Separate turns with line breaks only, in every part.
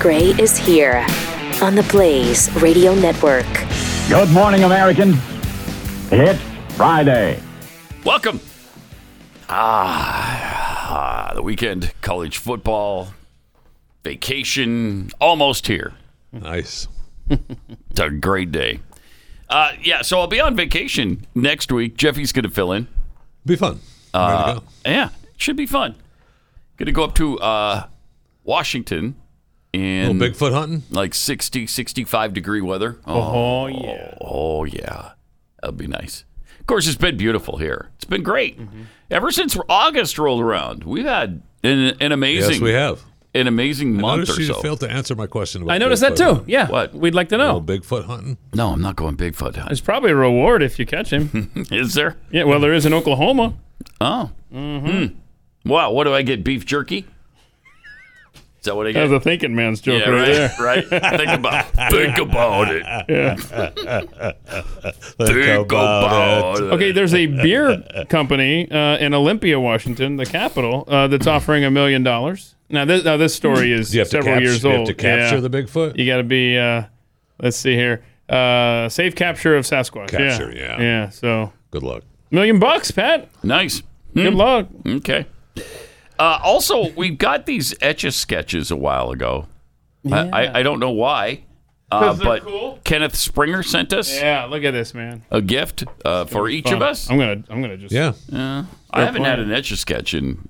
Gray is here on the Blaze Radio Network.
Good morning, Americans. It's Friday.
Welcome. Ah, the weekend, college football, vacation, almost here.
Nice.
It's a great day. Uh, yeah, so I'll be on vacation next week. Jeffy's going to fill in.
Be fun.
Uh,
Ready to go.
Yeah, should be fun. Going to go up to uh, Washington in
Little Bigfoot hunting.
like 60, 65 degree weather. Oh, yeah. Oh, yeah. That'd be nice. Of course, it's been beautiful here. It's been great.
Mm-hmm.
Ever since August rolled around, we've had an, an amazing
Yes, we have.
an amazing month or
Notice you
so.
failed to answer my question. About
I noticed that
Bigfoot
too.
hunting.
Yeah.
What?
We'd like to know.
Little Bigfoot hunting.
no, I'm not going Bigfoot hunting.
There's probably a reward if you catch him.
Is there?
yeah, well, there is in Oklahoma.
Oh. Mm-hmm. Wow. What do I get? Beef jerky? Is that what I
That
get?
was a thinking man's joke
yeah,
right, there.
right. right. Think about, think about it. Think about it.
Okay, there's a beer company uh, in Olympia, Washington, the capital, uh, that's offering a million dollars. Now, this now this story is
Hmm. Do you have to
several
capture,
years
do
old.
you have to capture
Yeah.
the Bigfoot?
You got to be. Uh, let's see here. Uh, safe capture of Sasquatch.
Capture, yeah.
yeah. Yeah. So
Good luck.
million bucks, Pat.
Nice.
Good luck.
Okay. Uh, also, we got these etch a sketches a while ago. I, I, I don't know why, uh,
'Cause they're
but
cool.
Kenneth Springer sent us
Yeah. Look at this, man.
a gift uh, for each of
Fun.
us.
I'm gonna. I'm gonna just.
Yeah.
I haven't
fun.
had an etch a sketch in.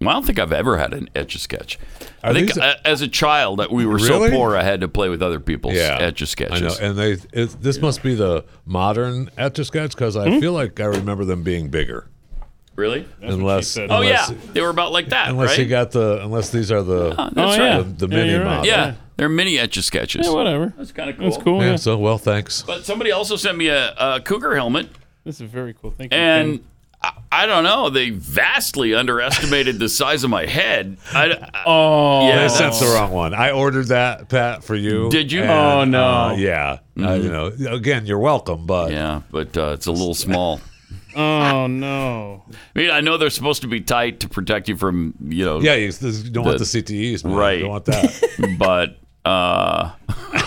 Well, I don't think I've ever had an etch a sketch. I
Are
think
these- e-
uh, as a child that we were so
Really?
poor, I had to play with other people's
Yeah.
etch a
I know.
sketches.
And they it, this must be the modern etch a sketch because
Hmm?
I feel like I remember them being bigger.
Really?
unless,
said.
Oh
unless,
yeah, they were about like that,
Unless
right? Ah,
you got the unless these are the
That's
oh
right.
yeah.
The- the
Yeah, you're
mini
right.
model.
yeah, Mm-hmm. they're mini etch a sketches.
Yeah, Whatever.
That's kind of cool.
That's cool.
yeah,
Yeah.
so well thanks.
But somebody also sent me a, a cougar helmet,
This is a very cool. Thank you.
and I, I don't know. They vastly underestimated the size of my head. I, I-
oh,
yeah,
I sent the wrong one. I ordered that Pat for you.
Did you?
and,
Oh, Mm-hmm.
no.
uh, yeah. Uh, you know, again, you're welcome, but
yeah, but uh, it's a little small.
oh no.
I mean, I know they're supposed to be tight to protect you from, you know,
Yeah, you, this- you don't want
The-
the CTEs, man.
Right.
You don't want that.
but uh,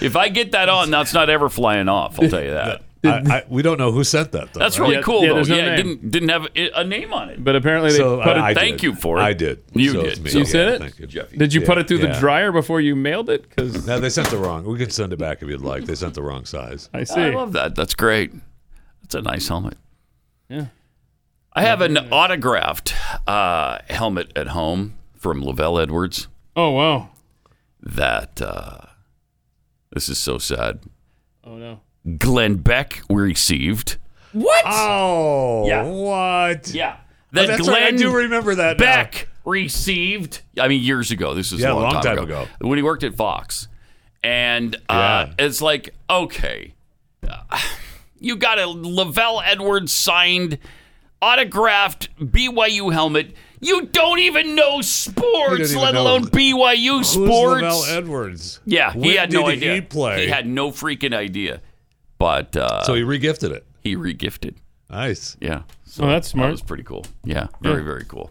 if I get that on, that's not ever flying off. I'll tell you that.
I, I, we don't know who sent that though.
That's
right?
really
Yeah,
cool
yeah,
though.
there's no
yeah, it
name.
didn't didn't have a, a name on it.
But apparently they
So
put it.
I, I
thank
did.
you for it.
I did.
You
So
did.
it's me.
So
you said
Yeah,
it?
Thank you.
Jeffy.
Did you put it through
Yeah.
the dryer before you mailed it? Because
No, they sent the wrong. We can send it back if you'd like. They sent the wrong size.
I see.
I love that. That's great. That's a nice helmet.
Yeah.
I have an autographed uh, helmet at home from Lavelle Edwards.
oh wow.
That uh, this is so sad.
Oh no.
Glenn Beck received.
Oh,
Yeah.
what?
Yeah,
Oh,
that
that's
Glenn
right. I do remember that. now.
Beck received. I mean, years ago. This was
Yeah,
a long, time, ago. when he worked at Fox, and uh, it's like, okay, uh, you got a Lavelle Edwards signed, autographed BYU helmet. You don't even know
You don't
sports,
even
let
know
alone BYU
Who's
sports.
Lavelle Edwards?
yeah, he
When
had no
did
idea.
He play.
He had no freaking idea. But uh,
so he regifted it.
he regifted.
Nice.
Yeah, so
Oh, that's
that
smart.
was pretty cool. Yeah, very very cool.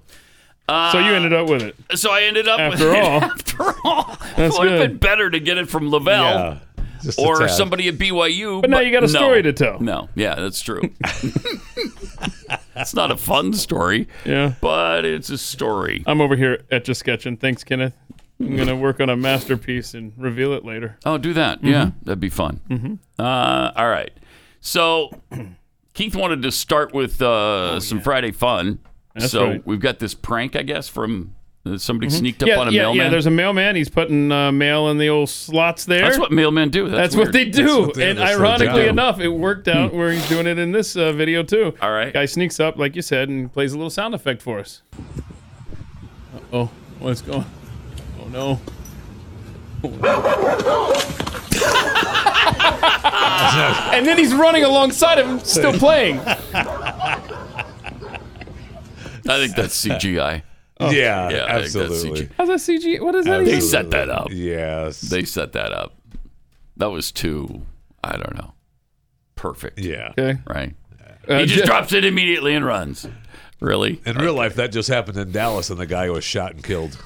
so you ended up with it.
So I ended up
After
with
all.
It. After all, it would have
good.
been better to get it from Lavelle
Just a
or
tad.
somebody at BYU.
But now you got a story to tell.
No, yeah, that's true. it's not a fun story,
Yeah.
but it's a story.
I'm over here etch a sketching. Thanks, Kenneth. I'm gonna work on a masterpiece and reveal it later.
Oh, do that. Yeah,
Mm-hmm.
that'd be fun. Uh, all right. So Keith wanted to start with uh, some Friday fun. so
Oh, right. Mm-hmm.
we've got this prank, I guess, from uh, somebody sneaked up
Yeah,
on a
yeah,
mailman.
yeah. There's a mailman. He's putting uh, mail in the old slots there.
that's what mailmen do.
That's
That's,
what
weird.
they do.
That's what they-
and
that's their
ironically
job.
enough, it worked out where he's doing it in this uh, video too.
All right.
Guy sneaks up, like you said, and plays a little sound effect for us. Uh oh. What's going Oh no. and then he's running alongside him, still playing.
I think that's CGI.
Oh. Yeah,
Yeah, I think that's
absolutely.
CG.
How's that CG? What is that?
They
even?
set that up.
Yes.
They set that up. That was too, I don't know, perfect,
yeah.
Okay.
right?
Uh,
He just
Jeff-
drops it immediately and runs. Really?
In real life, that just happened in Dallas, and the guy was shot and killed.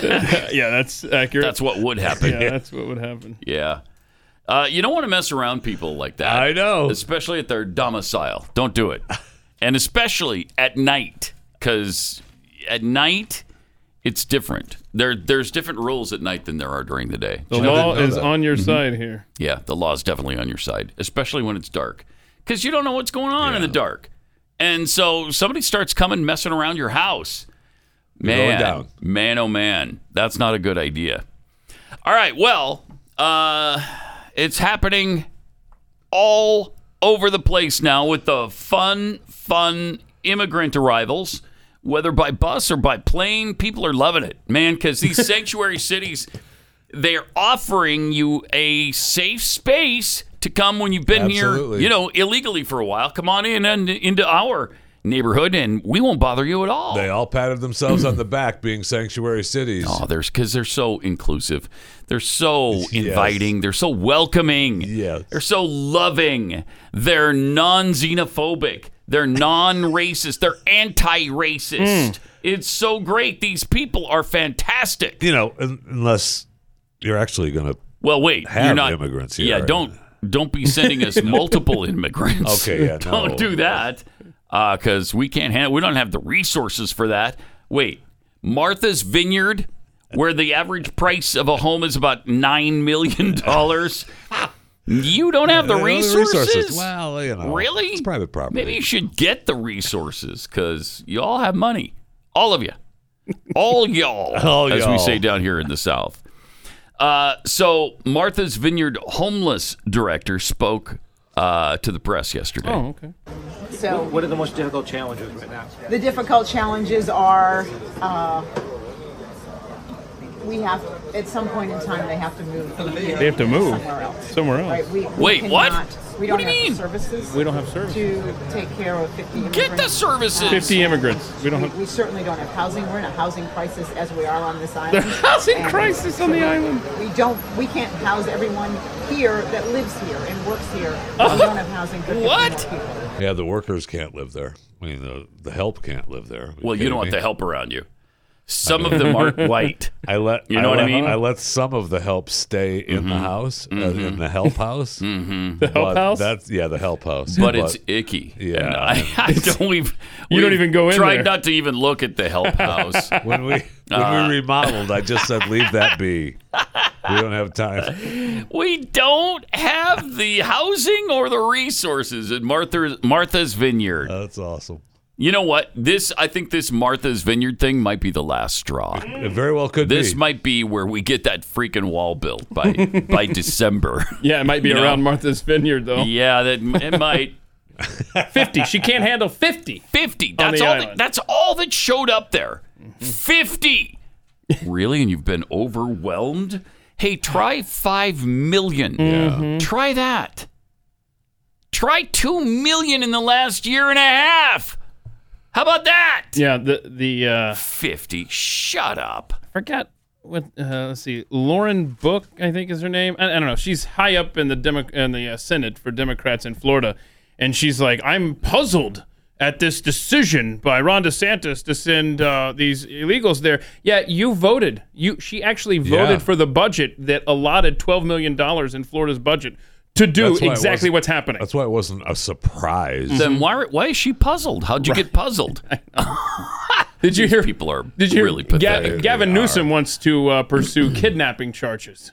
yeah, that's accurate.
That's what would happen.
yeah, that's what would happen.
Yeah. Uh, you don't want to mess around people like that.
I know.
Especially at their domicile. Don't do it. and especially at night, because at night, it's different. There, there's different rules at night than there are during the day.
The law
know
is
that.
on your side here.
Yeah, the law's definitely on your side, especially when it's dark, because you don't know what's going on in the dark. And so somebody starts coming messing around your house.
going
Man,
down.
man, oh man, that's not a good idea. All right, well, uh, it's happening all over the place now with the fun, fun immigrant arrivals, whether by bus or by plane. People are loving it, man, because these sanctuary cities they're offering you a safe space to come when you've been
Absolutely.
here, you know, illegally for a while. Come on in and into our neighborhood, and we won't bother you at all.
They all patted themselves on the back being sanctuary cities.
Oh, there's because they're so inclusive. They're so inviting. They're so welcoming.
Yes.
They're so loving. They're non xenophobic. They're non racist. They're anti
Hmm.
racist. It's so great. These people are fantastic.
You know, un- unless you're actually going to.
Well, wait,
Have
you're not
immigrants here,
Yeah,
right?
don't don't be sending us multiple immigrants.
Okay, yeah,
don't
no.
do that because we can't handle. We don't have the resources for that. Wait, Martha's Vineyard, where the average price of a home is about nine million dollars. You don't have the resources.
Well, you know.
really?
It's private property.
Maybe you should get the resources because you all have money, all of you, all y'all,
All
as we
y'all.
say down here in the South. Uh, so Martha's Vineyard homeless director spoke uh, to the press yesterday.
Oh, okay.
So
What are the most difficult challenges right now?
the difficult challenges are, uh, we have, at some point in time, they have to move. from here
They have to move
Somewhere else.
somewhere else.
Right, we, we
Wait, what?
cannot- We
What
don't
do you
have
mean?
the services.
We don't have services.
To take care of 50 immigrants.
Get the services.
50 immigrants. We don't
We,
have.
we certainly don't have housing. We're in a housing crisis as we are on this island.
Housing
And
crisis on the island.
We don't, we can't house everyone here that lives here and works here. We don't have housing for 50 more
What?
people.
Yeah, the workers can't live there. I mean, the, the help can't live there. Are
Well, you
kidding
don't want
me?
the help around you. Some of them aren't white.
I let
You know what I
let-
mean? Mm-hmm.
I let some of the help stay in the house, uh, in the help house. mm-hmm. The
help house?
That's yeah, the help house.
But it's icky.
Yeah.
And I, I don't. We've,
You don't
we've
even go in
Tried
there.
not to even look at the help house.
when we when
Uh,
we remodeled, I just said leave that be. We don't have time.
We don't have the housing or the resources at Martha's, Martha's
Uh.
Vineyard.
That's awesome.
You know what? This I think this Martha's Vineyard thing might be the last straw.
It very well could
This
be.
might be where we get that freaking wall built by by December.
Yeah, it might be
You know?
around Martha's Vineyard though.
Yeah, that it might.
50. She can't handle 50.
Fifty. That's
the
all. That,
island.
that's all that showed up there. Fifty. really? And you've been overwhelmed? Mm-hmm. Hey, try five million. Try that. Try two million in the last year and a half. How about that?
Yeah, the the uh,
Fifty. Shut up.
forgot what. Uh, let's see, Lauren Book, I think is her name. I, I don't know. She's high up in the Demo- in the uh, Senate for Democrats in Florida, and she's like, I'm puzzled at this decision by Ron DeSantis to send uh, these illegals there. Yeah, you voted. You she actually voted
Yeah.
for the budget that allotted 12 million dollars in Florida's budget to do
That's why it
exactly
wasn't-
what's happening.
That's why it wasn't a surprise.
Then why why is she puzzled? How'd you get puzzled?
Did you hear?
People are
Did you
really
hear Ga-
pathetic.
Gavin Newsom wants to uh, pursue kidnapping charges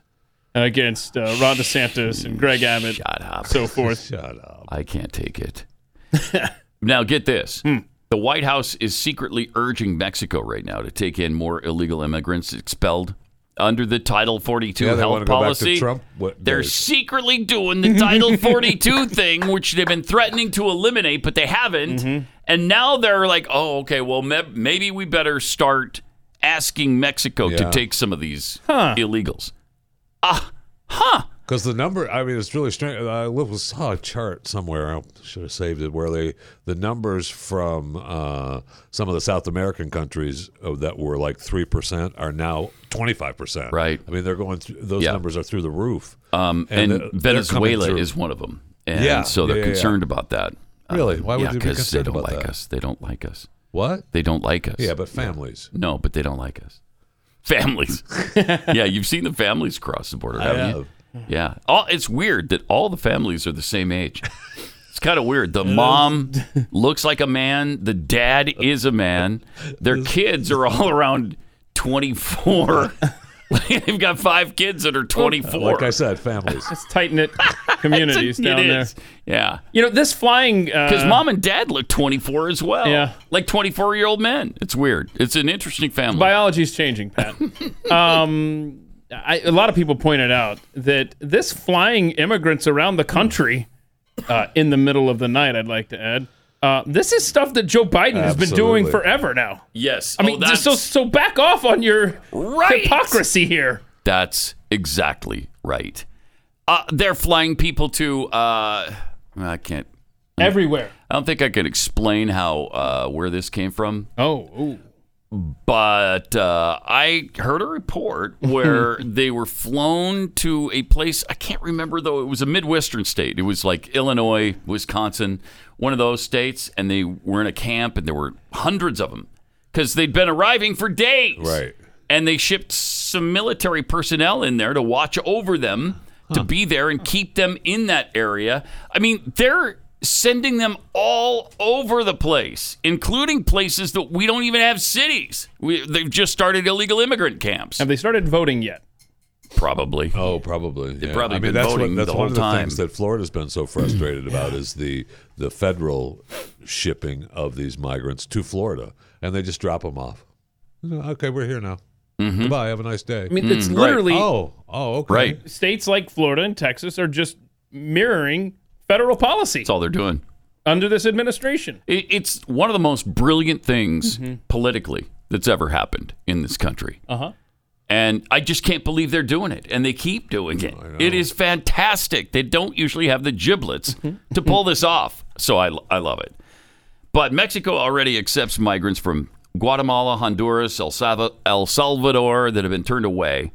against uh, Ron DeSantis and Greg Abbott,
Shut up.
so forth.
Shut up.
I can't take it. now get this.
Hmm.
The White House is secretly urging Mexico right now to take in more illegal immigrants expelled under the Title 42
Yeah, they
health
wanna go back to
policy.
Trump what
They're
days?
secretly doing the Title 42 thing, which they've been threatening to eliminate, but they haven't.
Mm-hmm.
And now they're like, oh, okay, well, me- maybe we better start asking Mexico to
Yeah.
take some of these illegals.
Because the number, I mean, it's really strange. I li- saw a chart somewhere. I should have saved it where they the numbers from uh, some of the South American countries uh, that were like three percent are now twenty five percent.
Right.
I mean, they're going. Th- those
Yeah.
numbers are through the roof.
Um, and
they're- they're
Venezuela
coming through.
is one of them. And
Yeah,
so they're
yeah, yeah, yeah.
concerned about that. Uh,
Really? Why would
yeah,
they be
because they
concerned
don't
about
like
that?
us. They don't like us.
what?
They don't like us.
Yeah, but families.
no, but they don't like us. families. yeah, you've seen the families across the border, haven't you? Yeah. All, it's weird that all the families are the same age. It's kind of weird. The mom looks like a man, the dad is a man. Their kids are all around 24. They've got five kids that are 24.
Like I said, families.
It's tight knit communities
It
down there.
is. Yeah.
You know, this flying. uh,
Because
Because
mom and dad look 24 as well.
Yeah.
Like 24 year old men. It's weird. It's an interesting family.
Biology's changing, Pat. um, I, a lot of people pointed out that this flying immigrants around the country uh, in the middle of the night, I'd like to add, uh, this is stuff that Joe Biden has been doing
Absolutely.
forever now.
yes.
I mean,
Oh, that's,
so, so back off on your
Right.
hypocrisy here.
that's exactly right. Uh, they're flying people to, uh, I can't,
Everywhere.
I don't think I can explain how, uh, where this came from,
Oh, ooh.
but uh, I heard a report where they were flown to a place, I can't remember though, it was a Midwestern state. It was like Illinois, Wisconsin, one of those states, and they were in a camp and there were hundreds of them because they'd been arriving for days.
Right.
and they shipped some military personnel in there to watch over them to be there and keep them in that area. I mean, they're sending them all over the place, including places that we don't even have cities. We, they've just started illegal immigrant camps.
Have they started voting yet?
Probably.
Oh, probably. They've
probably
I mean,
been
that's
voting
what, that's
the
one
whole
of the
time.
things that Florida's been so frustrated about is the the federal shipping of these migrants to Florida, and they just drop them off. Okay, we're here now.
Mm-hmm.
Goodbye. Have a nice day.
I mean, it's literally
oh, oh, okay.
Right. That's
states like Florida and Texas are just mirroring federal policy
all they're doing.
under this administration.
It, it's one of the most brilliant things politically that's ever happened in this country.
Uh huh.
And I just can't believe they're doing it. And they keep doing it. It is fantastic. They don't usually have the giblets to pull this off. So I, I love it. But Mexico already accepts migrants from Guatemala, Honduras, El, Salva- El Salvador that have been turned away.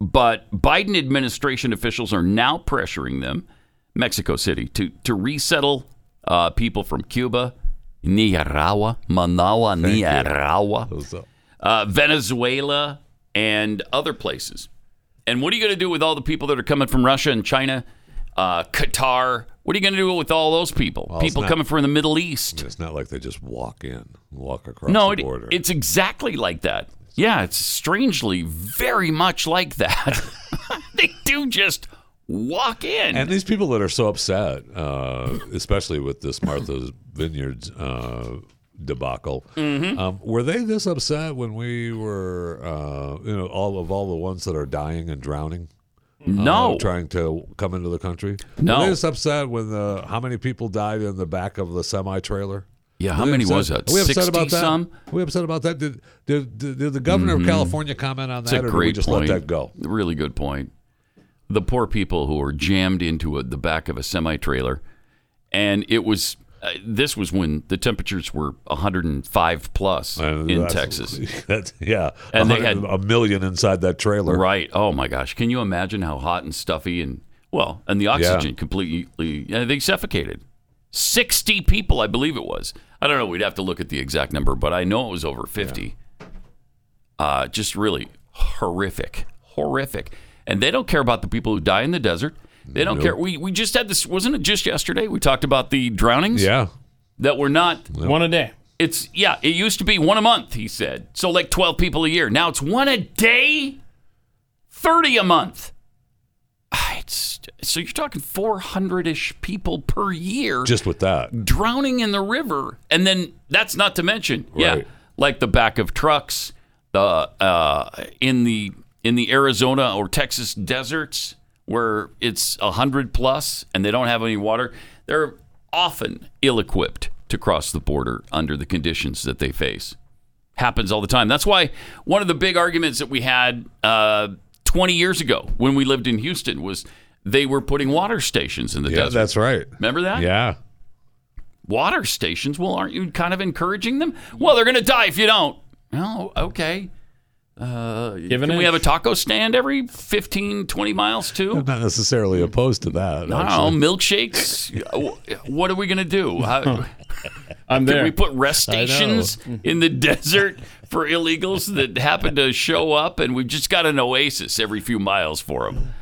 But Biden administration officials are now pressuring them, Mexico City, to, to resettle uh, people from Cuba, Nicaragua, Manawa, Nicaragua
Those, uh,
uh, Venezuela, and other places. And what are you going to do with all the people that are coming from Russia and China, uh, Qatar? What are you going to do with all those people?
it's
people
not-
coming from the Middle East.
It's not like they just walk in, walk across
No,
the
it,
border.
it's exactly like that. Yeah, it's strangely very much like that. they do just walk in.
and these people that are so upset, uh, especially with this Martha's Vineyards uh, debacle,
Mm-hmm.
um, were they this upset when we were, uh, you know, all of all the ones that are dying and drowning?
no,
uh, trying to come into the country.
Oh. No.
were they just upset when the how many people died in the back of the semi trailer?
Yeah, how many was that?
Are we upset
60
about that?
some?
Are we upset about that? Did, did, did, did the governor of California comment on that,
That's
or did
a great
we just
point.
let that go?
Really good point. The poor people who were jammed into a, the back of a semi trailer, and it was. Uh, this was when the temperatures were 105 plus
And Uh,
in
that's-
Texas.
that's- yeah,
And
a
they
hundred-
had-
a million inside that trailer.
Right. Oh my gosh. Can you imagine how hot and stuffy and well, and the oxygen completely yeah, they suffocated. 60 people, I believe it was. I don't know, we'd have to look at the exact number, but I know it was over 50. Uh just really horrific. Horrific. And they don't care about the people who die in the desert. They don't care. We we just had this wasn't it just yesterday we talked about the drownings
Yeah,
that were not
One a day.
it's yeah, it used to be one a month, he said. So like 12 people a year. Now it's one a day, 30 a month. Ah, It's so you're talking 400ish people per year
just with that.
drowning in the river and then that's not to mention. Yeah.
Right.
Like the back of trucks, the uh in the in the Arizona or Texas deserts where it's 100 plus and they don't have any water. They're often ill-equipped to cross the border under the conditions that they face happens all the time. That's why one of the big arguments that we had uh, 20 years ago when we lived in Houston was they were putting water stations in the
Yeah,
desert.
that's right.
Remember that?
Yeah,
Water stations. Well, aren't you kind of encouraging them? Well, they're going to die if you don't. No, okay. Uh,
Give an
can
inch.
we have a taco stand every 15, 20 miles too?
I'm not necessarily opposed to that.
I
actually.
don't know. Milkshakes? Wh- what are we going to do? How,
I'm
can
there. Mm.
we put rest
I know.
stations in the desert for illegals that happen to show up, and we've just got an oasis every few miles for them.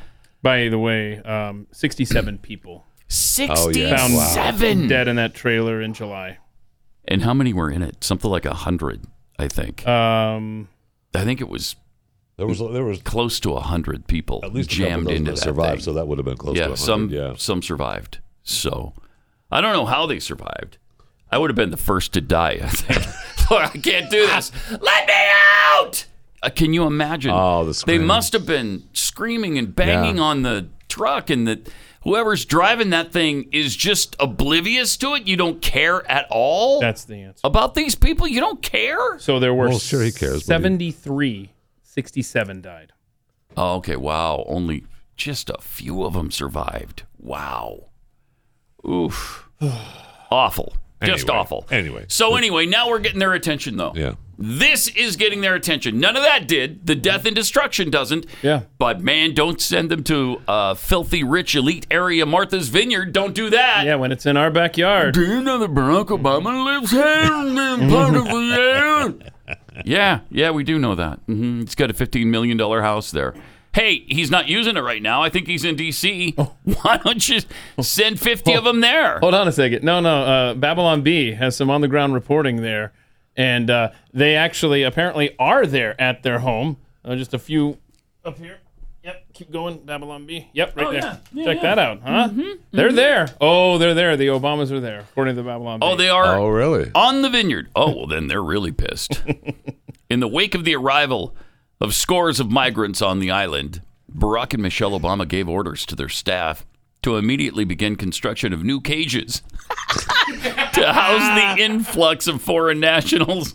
By the way, um, 67 people
Sixty-seven.
found dead in that trailer in July.
And how many were in it? Something like a hundred, I think.
Um,
I think it was
There was there was
close to a hundred people
at least a couple
jammed
dozen
into
that
that
survived,
thing.
so that would have been close to
yeah,
100.
some
yeah.
some survived. So I don't know how they survived. I would have been the first to die. I think. Lord, I can't do this. Let me out! Uh, can you imagine?
Oh, the
they
screams.
must have been screaming and banging
Yeah.
on the truck, and that whoever's driving that thing is just oblivious to it. You don't care at all
that's the answer.
about these people. You don't care.
So there were
Well, sure he cares, but he-
73, 67 died.
Oh, okay. Wow. Only just a few of them survived. Wow. Oof. awful. Just
Anyway,
awful.
anyway.
So anyway, now we're getting their attention though.
Yeah.
This is getting their attention. None of that did. The death and destruction doesn't.
Yeah.
But man, don't send them to uh, filthy rich elite area Martha's Vineyard. Don't do that.
Yeah, when it's in our backyard.
Do you know that Barack Obama lives here in part of the air? Yeah, yeah, we do know that. hmm He's got a $15 million house there. Hey, he's not using it right now. I think he's in D.C. Why don't you send 50 of them there?
Oh. Hold on a second. No, no. Uh, Babylon B has some on the ground reporting there, and uh, they actually apparently are there at their home. Uh, just a few up here. Yep. Keep going, Babylon B. Yep, right
Oh,
there.
yeah. Yeah, Mm-hmm.
Check
yeah.
that out, huh? They're there. Oh, they're there. The Obamas are there, according to the Babylon B.
Oh, they are
Oh, really?
on the vineyard. Oh, well, then they're really pissed. In the wake of the arrival of scores of migrants on the island, Barack and Michelle Obama gave orders to their staff to immediately begin construction of new cages to house the influx of foreign nationals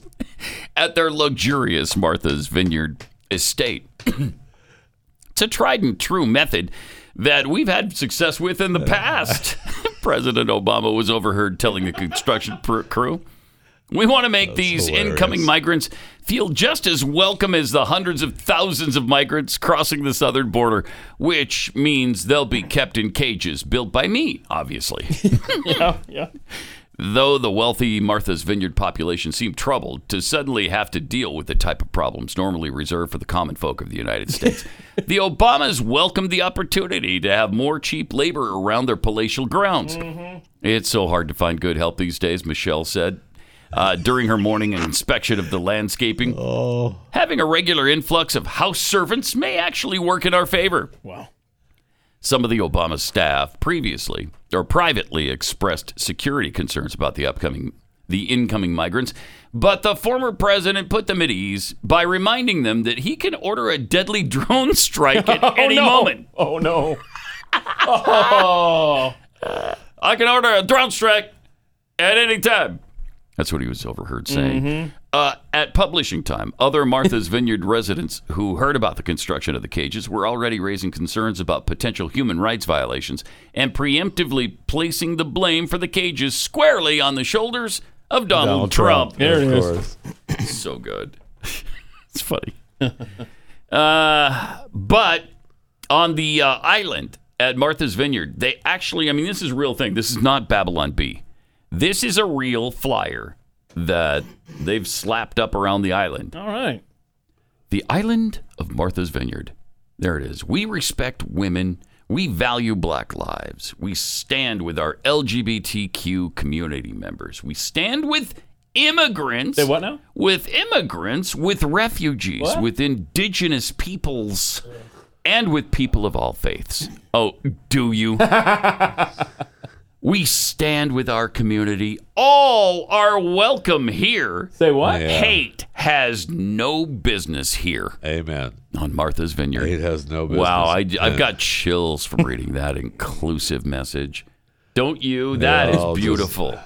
at their luxurious Martha's Vineyard estate. it's a tried and true method that we've had success with in the past. President Obama was overheard telling the construction pr- crew. We want to make these
hilarious.
incoming migrants feel just as welcome as the hundreds of thousands of migrants crossing the southern border, which means they'll be kept in cages built by me, obviously. Though the wealthy Martha's Vineyard population seemed troubled to suddenly have to deal with the type of problems normally reserved for the common folk of the United States, the Obamas welcomed the opportunity to have more cheap labor around their palatial grounds. It's so hard to find good help these days, Michelle said uh, during her morning inspection of the landscaping. Oh. Having a regular influx of house servants may actually work in our favor.
Wow.
Some of the Obama staff previously or privately expressed security concerns about the upcoming the incoming migrants, but the former president put them at ease by reminding them that he can order a deadly drone strike at any moment.
Oh no.
I can order a drone strike at any time. That's what he was overheard saying. Uh, at publishing time, other Martha's Vineyard residents who heard about the construction of the cages were already raising concerns about potential human rights violations and preemptively placing the blame for the cages squarely on the shoulders of Donald, Trump
There it
of
is.
course.
so good. it's funny. uh, but on the uh, island at Martha's Vineyard, they actually, I mean, this is a real thing. This is not Babylon B. This is a real flyer that they've slapped up around the island.
All right.
The island of Martha's Vineyard. There it is. We respect women. We value black lives. We stand with our LGBTQ community members. We stand with immigrants
Say what now?
with immigrants, with refugees,
What?
with indigenous peoples, and with people of all faiths. Oh, do you? we stand with our community. All are welcome here.
Say what?
Yeah.
Hate has no business here
Amen.
on Martha's Vineyard.
It has no business.
Wow, I,
Yeah.
I've got chills from reading that inclusive message. Don't you? That
Yeah,
is
I'll just-
beautiful.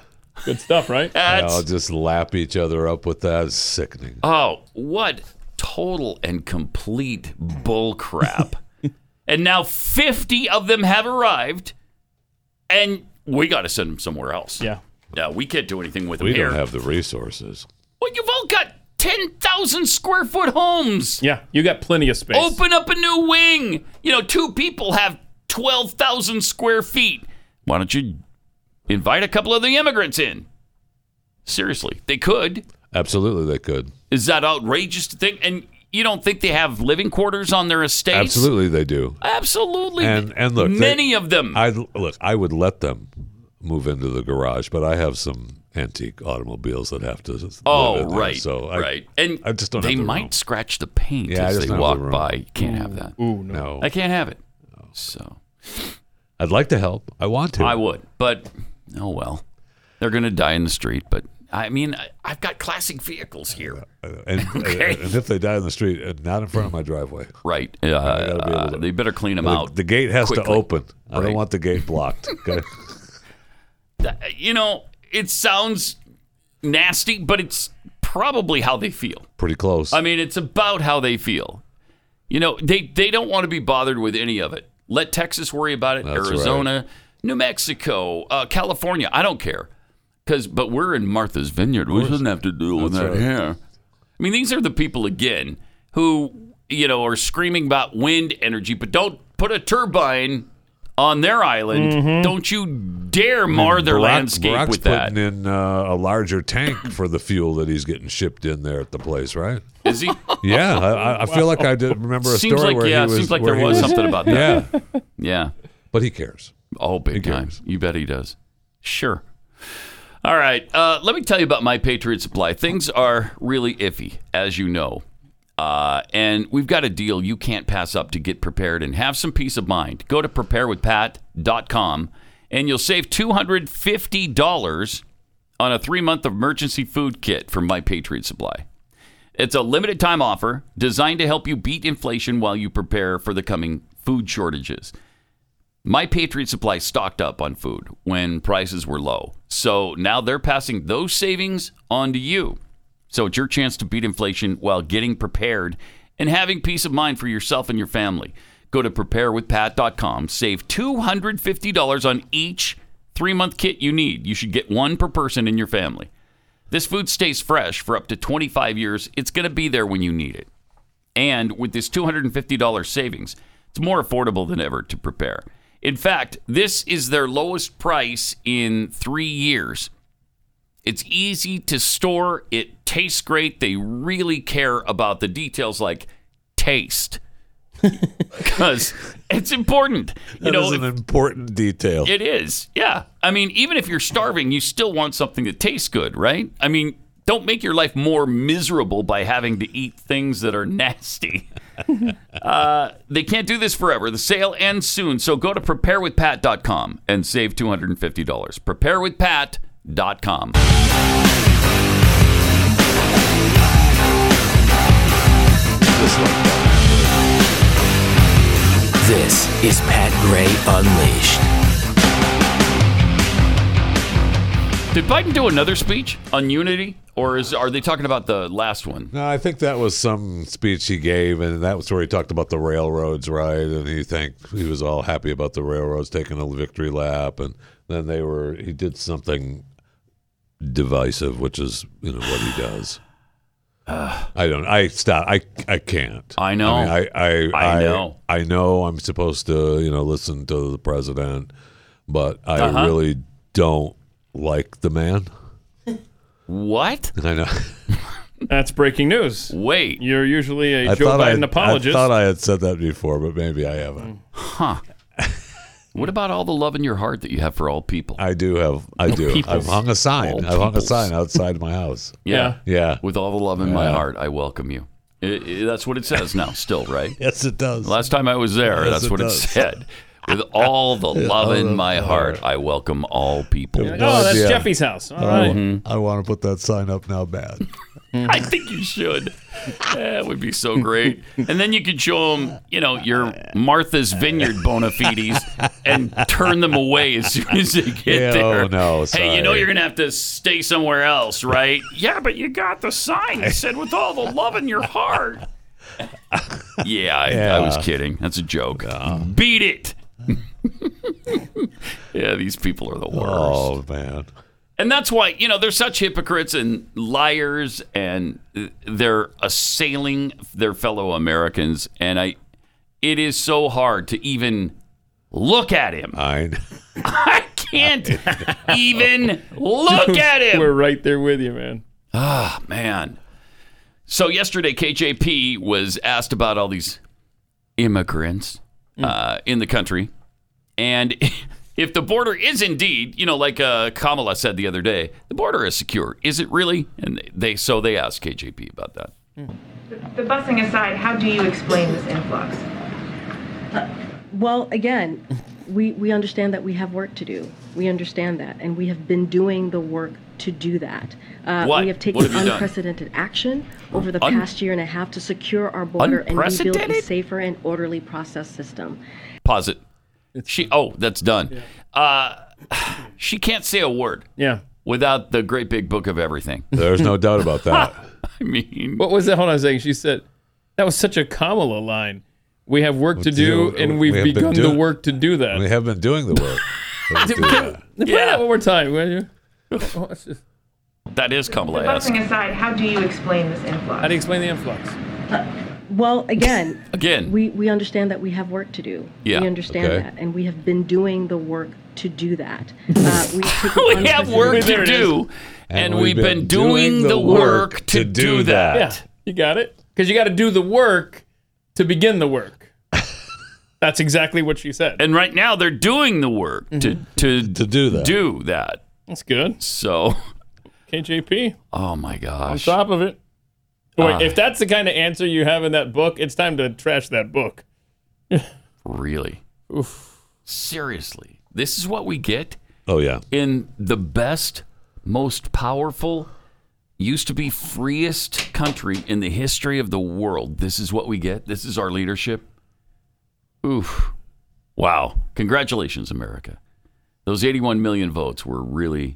Good stuff, right?
That's
I'll just lap each other up with that. It's sickening.
Oh, what total and complete bullcrap. and now 50 of them have arrived, and we got to send them somewhere else.
Yeah.
Yeah, we can't do anything with them
we
here.
don't have the resources.
well, you've all got 10,000 square foot homes.
Yeah. You got plenty of space.
Open up a new wing. You know, two people have 12,000 square feet. Why don't you invite a couple of the immigrants in? Seriously, they could.
Absolutely, they could.
Is that outrageous to think? And you don't think they have living quarters on their estates?
Absolutely, they do.
Absolutely.
And and look, they-
many of them.
I look. I would let them move into the garage, but I have some antique automobiles that have to. live
oh,
in there,
right.
so I,
right. And
I just don't.
They
have the
might
room.
scratch the paint
Yeah, I
as
just
they
don't have
walk
the room.
by. You can't have that.
No,
I can't have it. So
I'd like to help. I want to.
I would, but oh well. They're gonna die in the street. But I mean, I, I've got classic vehicles here.
And,
Okay.
and if they die in the street, uh, not in front of my driveway.
Right.
gotta be
Uh,
able to-
they better clean them
The-
out.
The, gate has to
quickly.
open. I
Right.
don't want the gate blocked. Okay?
Th- You know, it sounds nasty, but it's probably how they feel.
Pretty close.
I mean, it's about how they feel. You know, they they don't want to be bothered with any of it. Let Texas worry about it.
That's
Arizona, New Mexico, uh, California. I don't care. Cause, but we're in Martha's Vineyard. We shouldn't have to deal with that
That's right.
here. I mean, these are the people again who you know are screaming about wind energy, but don't put a turbine on their island.
Mm-hmm.
Don't you dare mar their
Barack-
landscape
Barack's
with that. Is
putting in uh, a larger tank for the fuel that he's getting shipped in there at the place, right?
he?
Yeah, I, I- I feel like I did remember a
seems
story
like
where
yeah.
he was.
seems like
where
there
he
was something about that.
Yeah,
yeah.
but he cares.
Oh, big
He
time.
cares.
You bet he does. Sure. All right. Uh, let me tell you about my Patriot Supply. Things are really iffy, as you know. Uh, and we've got a deal you can't pass up to get prepared and have some peace of mind. Go to preparewithpat.com and you'll save $250 on a three month emergency food kit from My Patriot Supply. It's a limited time offer designed to help you beat inflation while you prepare for the coming food shortages. My Patriot Supply stocked up on food when prices were low. So now they're passing those savings on to you. So it's your chance to beat inflation while getting prepared and having peace of mind for yourself and your family. Go to preparewithpat.com, save $250 on each three month kit you need. You should get one per person in your family. This food stays fresh for up to 25 years. It's going to be there when you need it. And with this $250 savings, it's more affordable than ever to prepare. In fact, this is their lowest price in three years. It's easy to store, it tastes great. They really care about the details like taste. Because it's important.
That
You know,
is
if-
an important detail.
it is. Yeah. I mean, even if you're starving, you still want something that tastes good, right? I mean, don't make your life more miserable by having to eat things that are nasty. uh, they can't do this forever. The sale ends soon. So go to preparewithpat.com and save $250. Preparewithpat.com.
This is Pat Gray Unleashed.
Did Biden do another speech on unity? Or is, are they talking about the last one?
No, I think that was some speech he gave, and that was where he talked about the railroads, right? And he thanked he was all happy about the railroads taking a victory lap, and then they were he did something divisive, which is you know what he does. I don't. I stop. I I can't.
I know.
I, mean, I, I
I know.
I know. I'm supposed to you know listen to the president, but I
Uh-huh.
really don't like the man.
What?
I know.
That's breaking news.
Wait.
You're usually a
I
Joe
thought I,
Biden apologist.
I thought I had said that before, but maybe I
Mm.
haven't.
What about all the love in your heart that you have for all people?
I do have. I do. I've
peoples.
hung a sign.
All
I've hung a
peoples.
sign outside my house.
yeah.
Yeah.
With all the love in my
Yeah.
heart, I welcome you. I I- that's what it says now, still, right?
Yes, it does.
Last time I was there,
Yes,
that's
it
what
does. Oh,
it said. With all the love in
love
my
in my
heart, I welcome all people.
Yeah.
oh, that's
Yeah.
Jeffy's house. All
I,
right.
want to put that sign up now, bad.
I think you should. That would be so great. And then you could show them, you know, your Martha's Vineyard bona fides and turn them away as soon as they get
Yeah,
there.
oh, no,
Hey, you know
sorry.
you're going to have to stay somewhere else, right? yeah, but you got the sign that said with all the love in your heart. yeah, I, I was
Yeah.
kidding. That's a joke. Beat it. yeah, these people are the worst.
Oh man.
And that's why, you know, they're such hypocrites and liars and they're assailing their fellow Americans and I it is so hard to even look at him.
I. kn-
I can't even look at him.
Oh.
We're right there with you, man.
Man. So yesterday, KJP was asked about all these immigrants uh, in the country. And if the border is indeed, you know, like uh, Kamala said the other day, the border is secure. Is it really? And they so they asked KJP about that.
The busing aside, how do you explain this influx?
Well, again, we, we understand that we have work to do. We understand that, and we have been doing the work to do that. Uh,
What?
We have taken
What have you done?
unprecedented action over the
Un-
past year and a half to secure our border and rebuild a
Unprecedented?
safer and orderly process system.
Pause it. She oh, that's done. Uh, she can't say a word
Yeah.
without the great big book of everything.
There's no doubt about that.
I mean,
What was that? Hold on a second. She said, that was such a Kamala line. We have work to do,
do-
and
we
we've
have been
begun the
doing-
work to do that.
we have been doing the work. Let's do that.
Play
Yeah.
that one more time, will you? Oh, it's just-
that is Kamala
The
asked.
busing aside, how do you explain this
How do
influx?
you explain the influx?
Well, again,
Again.
we, we understand that we have work to do.
Yeah,
we understand
okay.
that, and we have been doing the work to do that. Uh, we have taken
we have work
unprecedented-
to do, and, we've been doing, the work to do that.
Yeah, you got it. Because you got to do the work to begin the work. That's exactly what she said.
And right now they're doing the work to to
To do that.
do that.
That's good.
So,
KJP
oh my
on
gosh,
top of it. Wait,
Ah.
if that's the kind of answer you have in that book, it's time to trash that book.
really?
Oof.
Seriously, this is what we get
oh yeah.
in the best, most powerful, used to be freest country in the history of the world. This is what we get. This is our leadership. Oof. Wow. Congratulations, America. Those 81 million votes were really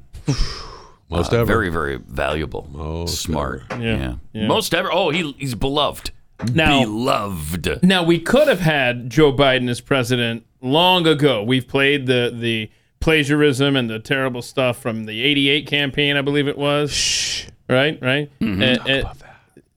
Most
uh,
ever.
very, very valuable.
Most
Smart.
Yeah. Yeah.
Most ever. Oh, he, he's beloved.
Now-
beloved.
Now we could have had Joe Biden as president long ago. We've played the the plagiarism and the terrible stuff from the '88 campaign, I believe it was. Shh. Right, right.
Mm-hmm.
And- and-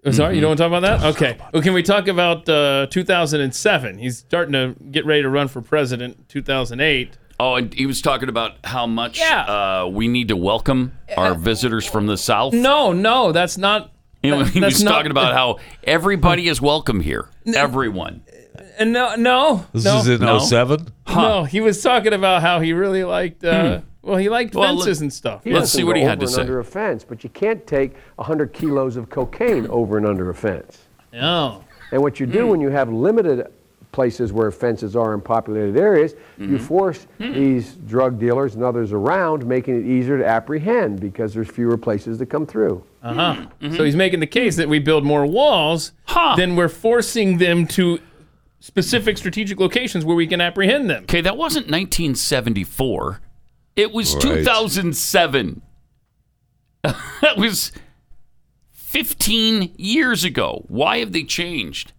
Oh, Sorry, you don't want to talk about that? Okay. Well, can we talk about uh, 2007? He's starting to get ready to run for president. 2008.
Oh, and he was talking about how much
Yeah. Uh,
uh, we need to welcome our visitors from the South.
No, no, that's not.
You know,
that-
he
that's
was
not-
talking about how everybody is welcome here. Everyone.
And no, no,
This
no,
is in
No.
07?
no. He was talking about how he really liked. Uh, Well, he liked
Hmm. Well,
fences
let-
and stuff.
Let's see what he had to say.
Under a fence, but you can't take 100 kilos of cocaine over and under a fence.
No.
And what you do when you have limited places where fences are in populated areas, you force these drug dealers and others around, making it easier to apprehend because there's fewer places to come through.
So he's making the case that we build more walls, then we're forcing them to specific strategic locations where we can apprehend them.
Okay, that wasn't 1974. It was
Right.
2007. that was 15 years ago. Why have they changed?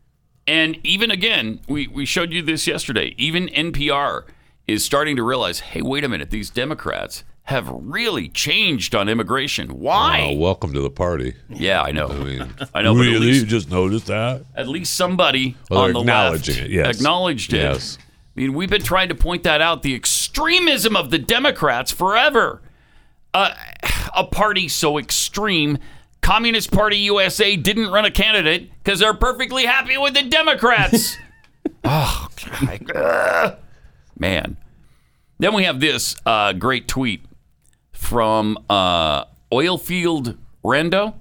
And even again, we, we showed you this yesterday. Even NPR is starting to realize hey, wait a minute, these Democrats have really changed on immigration.
Oh,
Why?
welcome to the party.
yeah, I know.
I mean,
I know, but at
Really?
least-
You just noticed that?
At least somebody
Well,
on
they're
the
acknowledging
left
it, yes.
acknowledged it.
Yes.
I mean, we've been trying to point that out the extremism of the Democrats forever. Uh, a party so extreme, Communist Party USA didn't run a candidate because they're perfectly happy with the Democrats. oh, God. Ugh. man. Then we have this uh, great tweet from uh, Oilfield Rando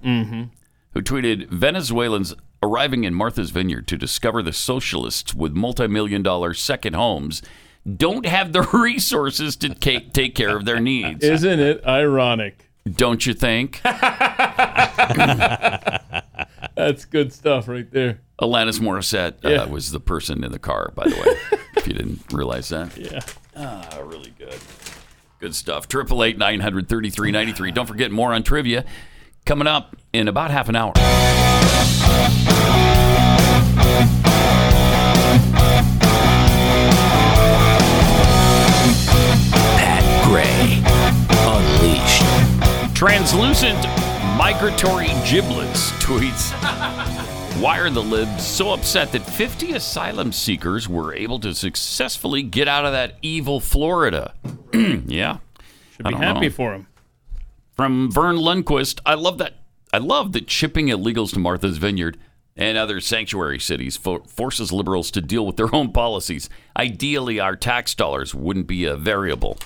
who tweeted Venezuelans arriving in Martha's Vineyard to discover the socialists with multi million dollar second homes don't have the resources to ca- take care of their needs.
Isn't it ironic?
Don't you think?
That's good stuff right there.
Alanis Morissette uh,
Yeah.
was the person in the car, by the way, if you didn't realize that. Yeah. Ah, really good. Good stuff. 888 933 93. Don't forget more on trivia coming up in about half an hour.
Pat Gray Unleashed.
Translucent migratory giblets tweets. Why are the libs so upset that 50 asylum seekers were able to successfully get out of that evil Florida? yeah.
Should be
don't
happy
know.
for him.
From Vern Lundquist, I love that I love that shipping illegals to Martha's Vineyard and other sanctuary cities fo- forces liberals to deal with their own policies. Ideally, our tax dollars wouldn't be a variable.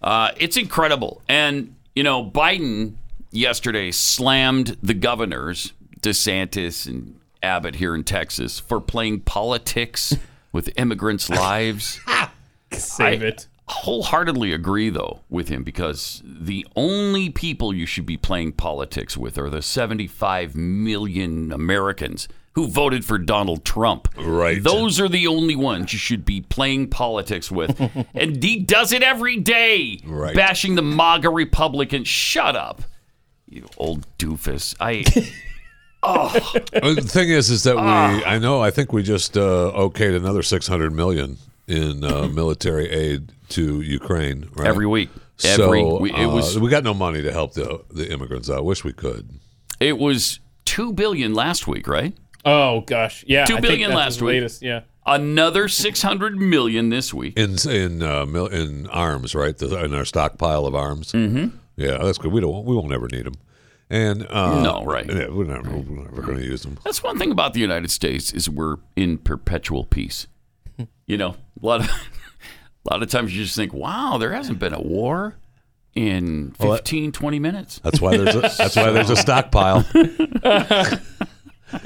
Uh, it's incredible. And, you know, Biden yesterday slammed the governors, DeSantis and Abbott here in Texas, for playing politics with immigrants' lives.
Save
I
it.
Wholeheartedly agree, though, with him because the only people you should be playing politics with are the 75 million Americans who voted for Donald Trump. Right. Those are the only ones you should be playing politics with. and he does it every day,
Right.
bashing the MAGA Republicans. Shut up, you old doofus. I. oh.
Uh, the thing is, is that we,
Ah.
I know, I think we just uh, okayed another 600 million in uh, military aid to Ukraine right?
Mm-hmm. Every week.
So,
Every we- it
uh,
was-
we got no money to help the, the immigrants. I wish we could.
It was 2 billion last week, right?
Oh gosh, yeah.
Two
I think
billion
that's
last
the
week.
Latest, yeah.
Another 600 million this week.
in in uh, mil- in arms, right? The, in our stockpile of arms. Mm-hmm. Yeah, that's good. We don't. We won't ever need them. And uh,
No, right.
Yeah, we're never, we're never going to use them.
That's one thing about the United States is we're in perpetual peace. You know, a lot of a lot of times you just think, "Wow, there hasn't been a war in 15, 20 minutes."
That's why there's a, that's why there's a stockpile.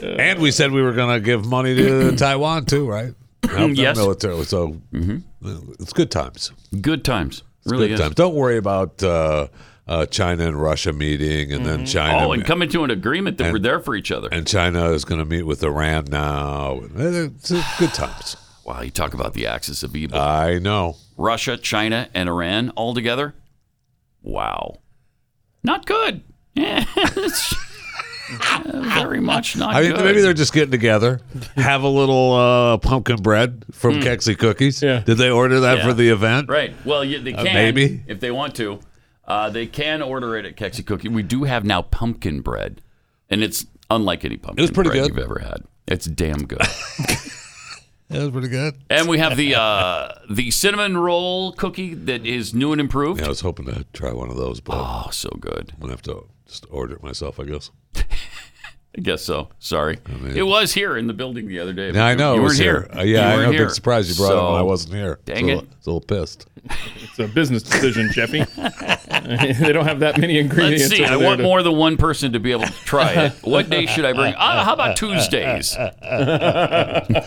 and we said we were going to give money to Taiwan too, right? Help their
Yes.
military. So uh, it's good times.
Good times.
It's
really
good
is.
times. Don't worry about uh, uh, China and Russia meeting, and then China.
Oh, and coming to an agreement that we're there for each other.
and China is going to meet with Iran now. It's uh, good times.
Wow, you talk about the axis of evil.
I know.
Russia, China, and Iran all together. Wow. Not good. Eh, it's, uh, very much not
I mean,
good.
maybe they're just getting together, have a little uh, pumpkin bread from Kexi Cookies.
Yeah.
Did they order that
Yeah.
for the event?
Right. Well, you, they
Uh,
can
maybe.
if they want to. Uh, they can order it at Kexi Cookie. We do have now pumpkin bread, and it's unlike any pumpkin
was pretty
bread
good.
you've ever had. It's damn good.
That was pretty good.
and we have the uh, the cinnamon roll cookie that is new and improved.
Yeah, I was hoping to try one of those, but
Oh, so good.
I'm gonna have to just order it myself, I guess.
I guess so. Sorry,
mean-
it was here in the building the other day. but
Oh, Yeah, I
you-
know
you
it was
weren't
here. Uh, yeah,
You
I
weren't
know. Big
here.
surprise you brought it
So-
when I wasn't here.
Dang
It's a
it.
little- it's a little pissed.
It's a business decision, Jeffy. they don't have that many ingredients.
Let's see.
over
I
there
want
to-
more than one person to be able to try it. What day should I bring? Uh, how about Tuesdays?
That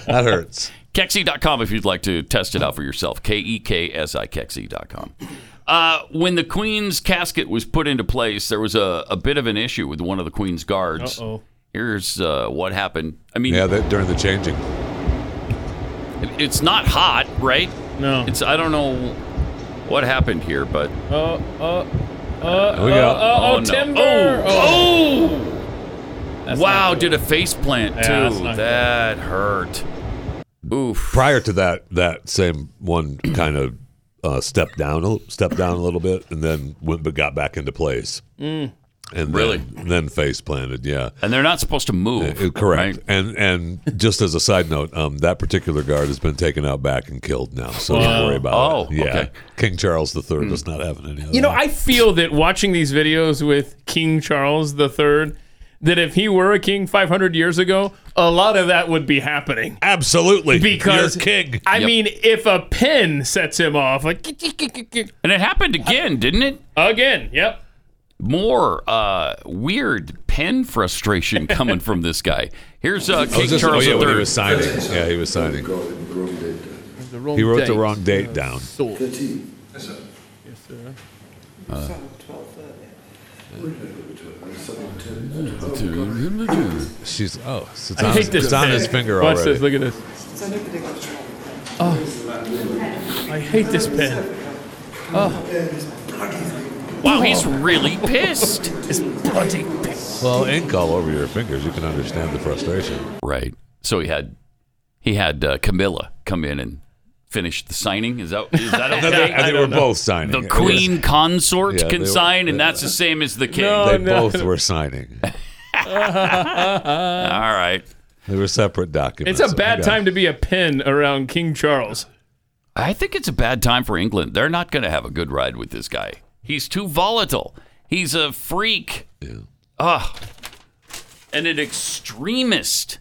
hurts.
Kexi.com if you'd like to test it out for yourself. K E K S I Kexi.com. Uh, when the Queen's casket was put into place, there was a, a bit of an issue with one of the Queen's guards.
Uh-oh.
Here's uh, what happened. I mean,
Yeah, that, during the changing.
it's not hot, right?
No.
It's I don't know what happened here, but
Uh, uh, uh, uh,
we go.
uh, oh,
oh, no.
timber.
Oh,
Oh.
oh!
That's
wow,
not good.
did a face plant
Yeah, that's
too.
not good.
that hurt. Oof.
Prior to that, that same one kind of uh, stepped down, a- stepped down a little bit, and then went but got back into place. And
Mm. Really?
then, then face planted. Yeah.
And they're not supposed to move.
Uh, Correct.
right?
And and just as a side note, um, that particular guard has been taken out back and killed now, so don't worry about
Oh,
it. Yeah.
okay.
King Charles III
Hmm.
does not have any. of
You know,
that.
I feel that watching these videos with King Charles III, that if he were a king 500 years ago, a lot of that would be happening.
absolutely
Because
You're king.
I
Yep.
mean, if a pin sets him off, like
And it happened again, didn't it?
again, yep.
more uh, weird pen frustration coming from this guy. Here's uh,
I
King
was just-
Charles
oh, yeah, when he
III.
was signing. Yeah, he was signing. He wrote the wrong date down. She's oh, it's on,
hate this
it's on
thing.
his finger
Watch
already.
this. Look at this. Oh, I hate this pen.
Wow, he's really pissed.
Well, ink all over your fingers. You can understand the frustration.
right. So he had he had uh, Camilla come in and finish the signing. Is that is that
No, they,
okay?
they were both signing.
the
It was-
queen consort
Yeah, they
can
were-
sign, and
they-
that's the same as the king.
No.
They
Oh,
both were signing.
All right.
They were separate documents.
It's a bad time to be a pen around King Charles.
I think it's a bad time for England. They're not going to have a good ride with this guy. He's too volatile. He's a freak.
Yeah.
Ah, and an extremist.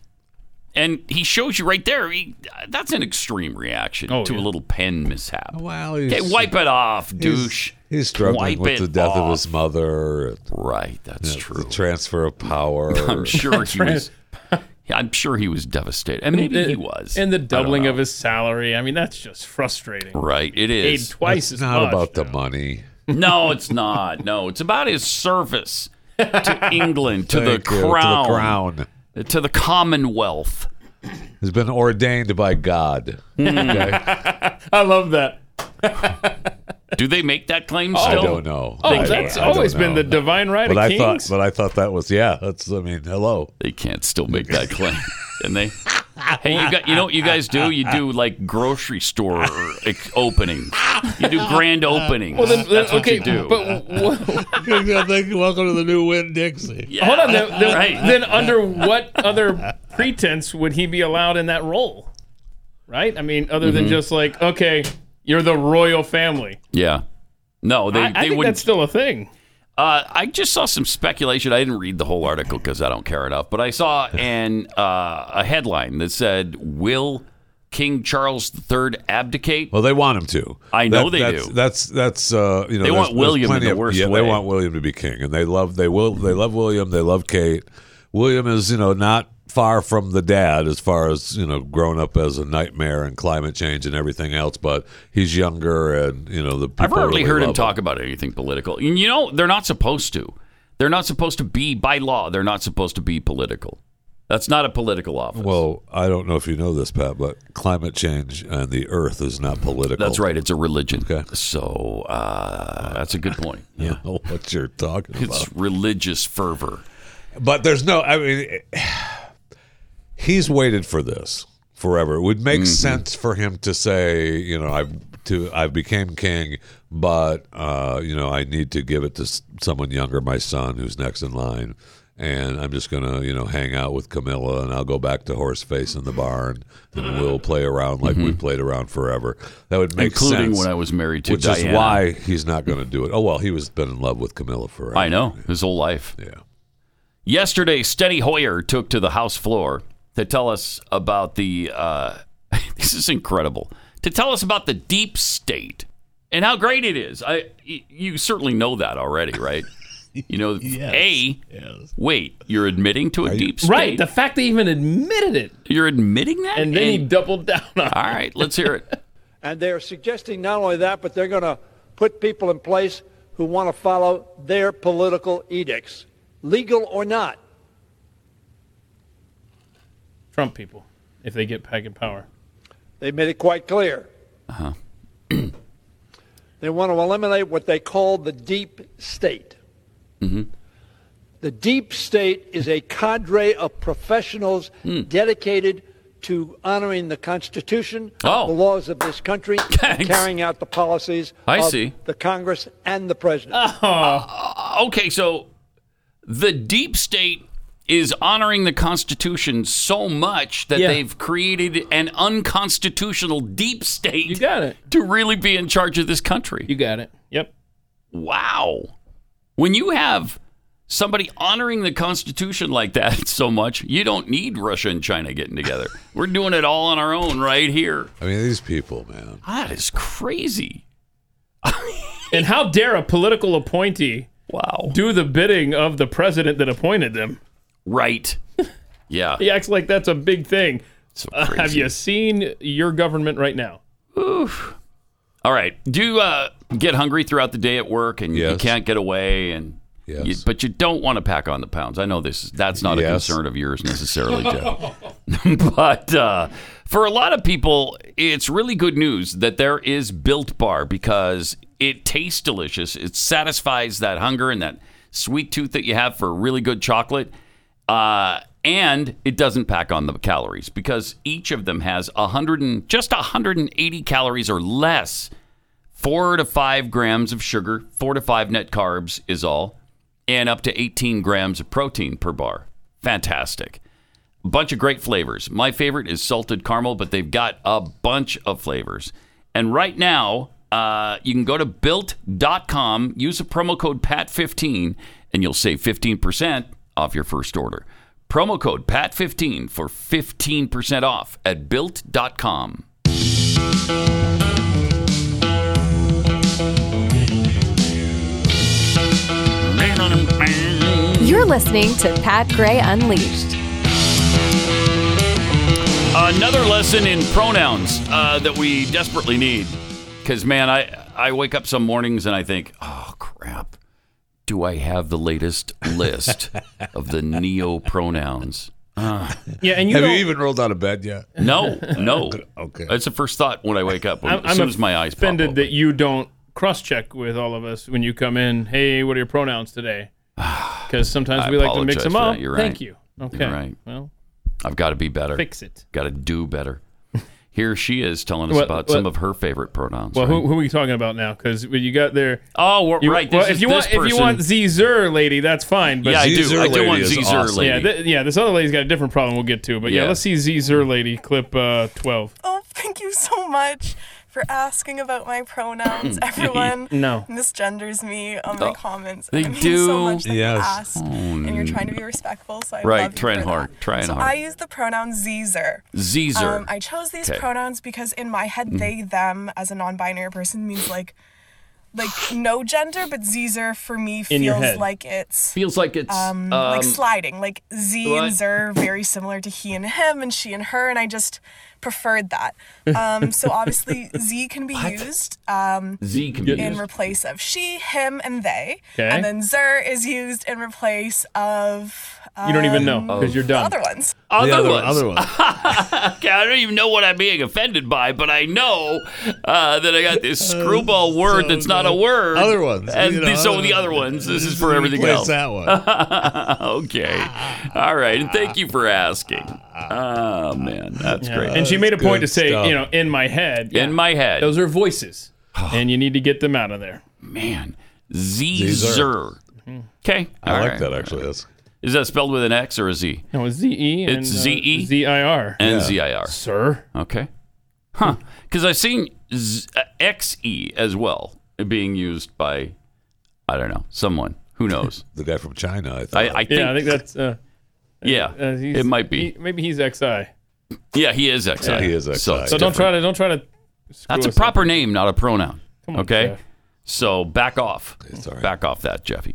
And he shows you right there. He, that's an extreme reaction
Oh,
to a little pen mishap.
Well,
okay, wipe it off, douche.
He's, he's struggling
Wipe
with
it
the death of
off.
his mother.
Right, that's true.
The transfer of power.
I'm sure he was. Yeah, I'm sure he was devastated, and maybe he was.
And the
I don't
doubling
know.
of his salary. I mean, that's just frustrating.
Right, it is.
Paid twice
It's
as
not
much.
about the money.
No, it's not. No, it's about his service to England, to the
Thank you, to the
crown,
crown.
to the Commonwealth.
He's been ordained by God. Okay?
I love that.
Do they make that claim
I
still?
don't know.
Oh,
I-
that's
I don't
always been
know.
the divine right
But
of
I thought,
kings.
but I thought that was yeah. That's I mean, hello.
They can't still make that claim, and they. Hey, you got you know what you guys do? You do like grocery store ex- openings. You do grand openings.
well, then,
That's what
okay,
you do.
But wha-
Welcome to the new Win Dixie.
Yeah,
hold on. Then, then-
right.
then under what other pretense would he be allowed in that role? Right? I mean, other than just like, okay, you're the royal family.
yeah. No, they
I, I
they
think
wouldn't.
that's still a thing.
Uh, I just saw some speculation. I didn't read the whole article because I don't care enough, but I saw an uh, a headline that said, "Will King Charles III abdicate?"
Well, they want him to.
I know they
that's,
do.
That's that's uh, you know
They
there's-
want
there's
William in
plenty
the
of-
worst
yeah,
way.
They want William to be king, and they love they will they love William. They love Kate. William is you know not far from the dad as far as you know grown up as a nightmare and climate change and everything else, but he's younger and you know the. People
I've rarely
really
heard him
love
talk about anything political. And you know, they're not supposed to. They're not supposed to be by law. They're not supposed to be political. That's not a political office.
Well, I don't know if you know this, Pat, but climate change and the Earth is not political.
that's right. It's a religion.
Okay.
So uh, that's a good point.
I don't know what you're talking about.
It's religious fervor.
But there's no. I mean, he's waited for this forever. It would
Mm-hmm.
make sense for him to say, you know, I've to I've became king, but uh, you know, I need to give it to s- someone younger, my son, who's next in line, and I'm just gonna, you know, hang out with Camilla, and I'll go back to Horseface in the barn, and we'll play around like we played around forever. That would make
Mm-hmm. Including
sense.
when I was married to
which
Diana.
is why he's not going to do it. Oh well, he was been in love with Camilla forever.
I know his whole life.
Yeah.
Yesterday, Steny Hoyer took to the House floor to tell us about the. Uh, this is incredible. To tell us about the deep state and how great it is. I, y- you certainly know that already, right? You know, a. Wait, you're admitting to a deep state.
Right. The fact they even admitted it.
You're admitting that.
And then he doubled down on it.
all right, let's hear it.
And they're suggesting not only that, but they're going to put people in place who want to follow their political edicts, legal or not.
Trump people, if they get back in power.
They made it quite clear.
Uh-huh.
they want to eliminate what they call the deep state.
Mm-hmm.
The deep state is a cadre of professionals
Hmm.
dedicated to honoring the Constitution,
Oh.
the laws of this country, and
Thanks.
carrying out the policies
I
of
see.
the Congress and the President.
Ah,
Uh, Okay, so the deep state is honoring the Constitution so much that
Yeah.
they've created an unconstitutional deep state.
You got it.
to really be in charge of this country.
You got it. Yep.
Wow. When you have somebody honoring the Constitution like that so much, you don't need Russia and China getting together. We're doing it all on our own right here.
I mean, these people, man.
That is crazy.
And how dare a political appointee
Wow.
do the bidding of the president that appointed them?
Right. Yeah.
He acts like that's a big thing.
So
Uh,
crazy.
have you seen your government right now?
All right. Do you uh, get hungry throughout the day at work and you
Yes.
can't get away and
Yes.
you, but you don't want to pack on the pounds. I know this is that's not a
Yes.
concern of yours necessarily, Jeff. but uh, for a lot of people, it's really good news that there is Built Bar because it tastes delicious. It satisfies that hunger and that sweet tooth that you have for really good chocolate. Uh, and it doesn't pack on the calories because each of them has 100 and, just 180 calories or less four to five grams of sugar, four to five net carbs is all, and up to 18 grams of protein per bar. Fantastic. Bunch of great flavors. My favorite is salted caramel, but they've got a bunch of flavors. And right now, uh, you can go to built.com, use the promo code PAT15, and you'll save 15% off your first order. Promo code PAT15 for 15% off at built.com.
You're listening to Pat Gray Unleashed.
Another lesson in pronouns uh, that we desperately need. Because, man, I, I wake up some mornings and I think, oh, crap. Do I have the latest list of the neo pronouns? Ah.
Yeah, and you
have you
don't-
even rolled out of bed yet?
No, no.
Okay.
That's the first thought when I wake up. When,
I'm,
as
I'm
soon as my eyes pop
offended
open.
that you don't cross check with all of us when you come in. Hey, what are your pronouns today? Because sometimes
I
we like to mix
apologize
them
for
up.
that. You're right.
Thank you. Okay.
You're right.
Well,
I've got to be better.
Fix it.
Got to do better. Here she is telling us
What-
about
what-
some of her favorite pronouns.
well,
right?
who, who are we talking about now? Because you got there.
Oh, we're-
you,
right,
Well,
this
if
is
you
this
want, if you
person.
want Zer lady, that's fine. But
Yeah, I do. Zer I do lady want is Zer awesome. lady.
Yeah, th- yeah. This other lady's got a different problem. We'll get to. But yeah,
Yeah.
let's see Zer lady clip uh, twelve.
Oh, thank you so much for asking about my pronouns. Everyone
No.
misgenders me um, on my
Oh,
comments.
they
I mean,
do.
So much that you
Yes.
ask,
Oh,
and you're trying to be
no.
respectful, so I
Right,
love you for
trying
that.
hard, trying
so
hard.
I use the pronoun Zer.
Zer.
Um, I chose these
'Kay.
pronouns because in my head,
Mhm.
they, them, as a non-binary person, means like, like no gender, but Zer for me
In your
feels
head.
like it's
Feels like it's,
um,
um,
like sliding, like Z
what?
and Zer, very similar to he and him, and she and her, and I just preferred that. Um, so obviously, Z can be used. Um,
Z can be
in
used.
replace of she, him, and they,
Okay.
and then Zer is used in replace of. Um,
You don't even know, 'cause you're
the
dumb.
Other ones.
Other, ones.
other
okay, I don't even know what I'm being offended by, but I know uh, that I got this screwball word that's not a word.
Other ones,
And
you know,
the- so
other
the
ones.
other ones. This is
Just
for everything
replace
else.
that one.
okay. All right. And thank you for asking. Oh man, that's
Yeah.
great.
And she made a point to say, you know, in my head.
In my head.
Those are voices, and you need to get them out of there.
Man, Zer. Okay.
I like that actually. That's
Is that spelled with an X or a Z?
No, it's Z E.
It's Z E
Z I R.
and ZIR.
Sir.
Okay. Huh.
Hmm.
Because I've seen Z- uh, XE as well being used by, I don't know, someone. Who knows?
the guy from China. I,
I, I think.
Yeah, I think that's. Uh,
Yeah,
uh, he's-
it might be.
he- maybe he's XI.
yeah, he is XI.
Yeah, he
is XI.
So, it's
So don't
different.
try to don't try to.
That's a
us up.
proper name, not a pronoun.
Come on,
okay?
Jeff.
So back off. Back off that, Jeffy.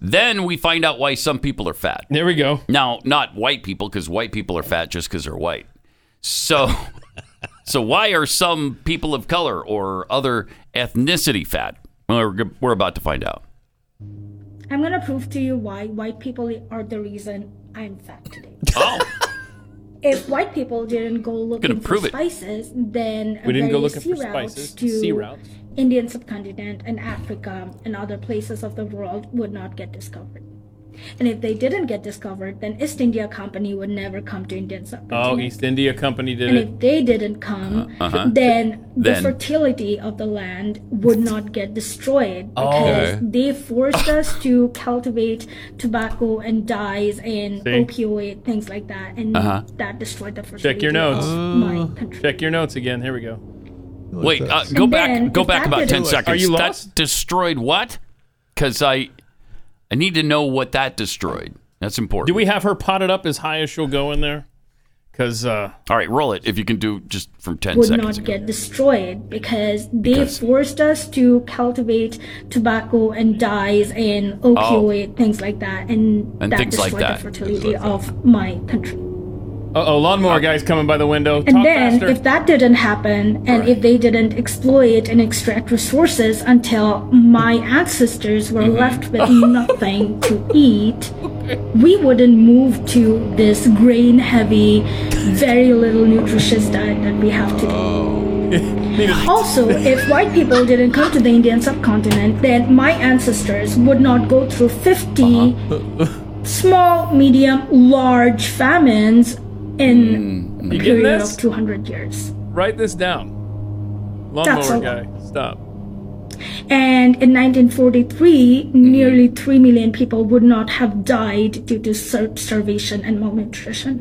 Then we find out why some people are fat.
There we go.
Now, not white people, because white people are fat just because they're white. So, so why are some people of color or other ethnicity fat? Well, we're, g- we're about to find out.
I'm gonna prove to you why white people are the reason I'm fat today.
Oh.
If white people didn't go looking for
prove it.
spices, then
We didn't go
various
looking for
sea routes
spices,
to
sea routes.
Indian subcontinent and Africa and other places of the world would not get discovered. And if they didn't get discovered, then East India Company would never come to Indian subcontinent.
Oh, East India Company did
and
it.
if they didn't come,
Uh-huh.
then the
Then.
fertility of the land would not get destroyed
Oh.
because
Okay.
they forced us to cultivate tobacco and dyes and
See?
opioid things like that, and
Uh-huh.
that destroyed the fertility.
Check your notes.
of my
um,
Check your notes again. Here we go.
Wait, uh, go
And
back.
then
go
if
back
that
about ten
didn't-
seconds.
Are you
That
lost?
destroyed what? Because I, I need to know what that destroyed. That's important.
Do we have her potted up as high as she'll go in there? Because uh,
All right, roll it if you can do just from ten
would
seconds.
not get destroyed because they
Because-
forced us to cultivate tobacco and dyes and
Oh.
opioid things like that, and,
And
that
things like
destroyed
that.
the fertility of my country.
uh oh, lawnmower guy's coming by the window.
And
Talk
then,
faster.
if that didn't happen, and if they didn't exploit and extract resources until my ancestors were left with nothing to eat, we wouldn't move to this grain heavy, very little nutritious diet that we have today. also, if white people didn't come to the Indian subcontinent, then my ancestors would not go through 50 small, medium, large famines in a
You getting
period
this?
of 200 years.
Write this down.
That's
Lawnmower
all.
guy, stop.
And in 1943, nearly 3 million people would not have died due to ser- starvation and malnutrition.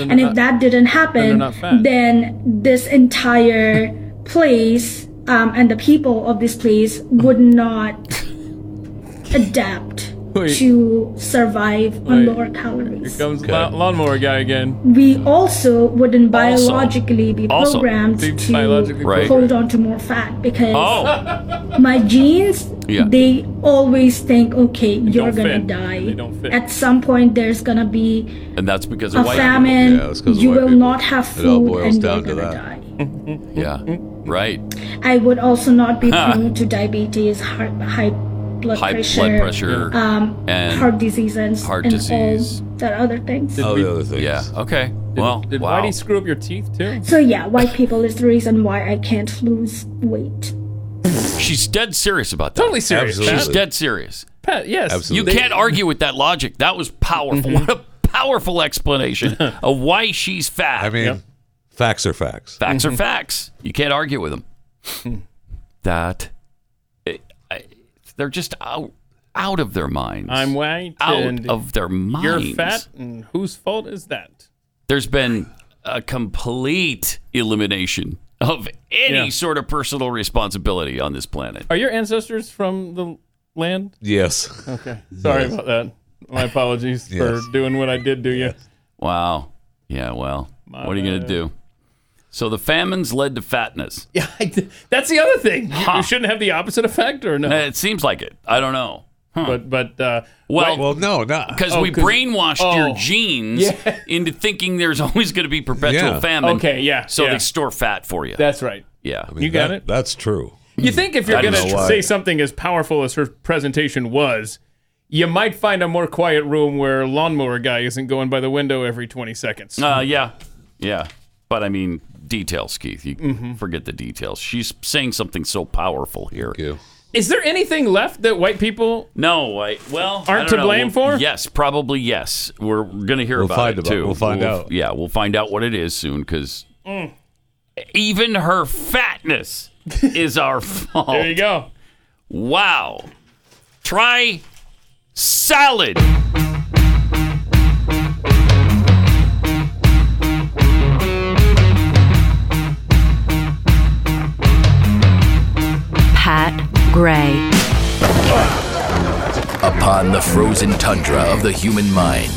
and
Uh,
if that didn't
they're
happen,
not fat.
then this entire place um, and the people of this place would not adapt
Wait.
to survive on
Wait.
lower calories.
Here comes la- lawnmower guy again.
We also wouldn't
Also.
biologically be
Also.
programmed
Be
to
biologically Right.
hold on to more fat because
Oh.
my genes,
Yeah.
they always think, okay, you're
don't
gonna
fit.
die.
They don't fit.
At some point, there's gonna be
and that's because
a
of white
famine.
People.
you will not have food,
It all boils
and
down
you're
to
gonna
that.
Yeah, right.
die. I would also not be
Huh.
prone to diabetes, heart, high blood
High blood
pressure,
pressure
um,
and
heart disease, and
heart
and
disease.
all that other things.
other things. Oh, Yeah. Okay. well,
Did
wow.
Whitey screw up your teeth too?
So yeah, white people is the reason why I can't lose weight.
She's dead serious about that.
Totally serious, Absolutely.
She's
Pat.
dead serious.
Pat, yes.
You can't argue with that logic. That was powerful.
Mm-hmm.
what a powerful explanation of why she's fat. I mean,
Facts are facts.
facts
mm-hmm.
are facts. You can't argue with
Hmm.
them. that it, I, they're just out out of their minds.
I'm white.
Out
and
of their minds.
You're fat, and whose fault is that?
There's been a complete elimination of any
Yeah.
sort of personal responsibility on this planet.
Are your ancestors from the land?
Yes.
Okay. Sorry
Yes.
about that. My apologies
Yes.
for doing what I did to you.
Wow. Yeah, well, what are you going to do? So the famines led to fatness.
Yeah, I did. that's the other thing. You- You shouldn't have the opposite effect, or no?
Eh, It seems like it. I don't know. Huh.
But but uh,
Well,
white-
no, not
Because
Oh,
we
'cause-
brainwashed
oh.
your genes into thinking there's always going to be perpetual
Yeah.
famine.
Okay, yeah,
So
yeah.
they store fat for you.
That's right.
yeah.
You got it?
That's true.
You think if you're
That
going
is
to
true.
say something as powerful as her presentation was, you might find a more quiet room where lawnmower guy isn't going by the window every 20 seconds.
Uh, yeah, yeah. But I mean, details, Keith. You
Mm-hmm.
forget the details. She's saying something so powerful here.
Is there anything left that white people
No, I, well, I
aren't
don't
to
know.
blame
Well,
for?
Yes, probably yes. We're gonna hear
We'll
about
find
it
about-
too.
we'll find out.
Yeah, we'll find out what it is soon because
Mm.
even her fatness is our fault. There you
go.
Wow. Try salad.
Pat Gray.
Upon the frozen tundra of the human mind,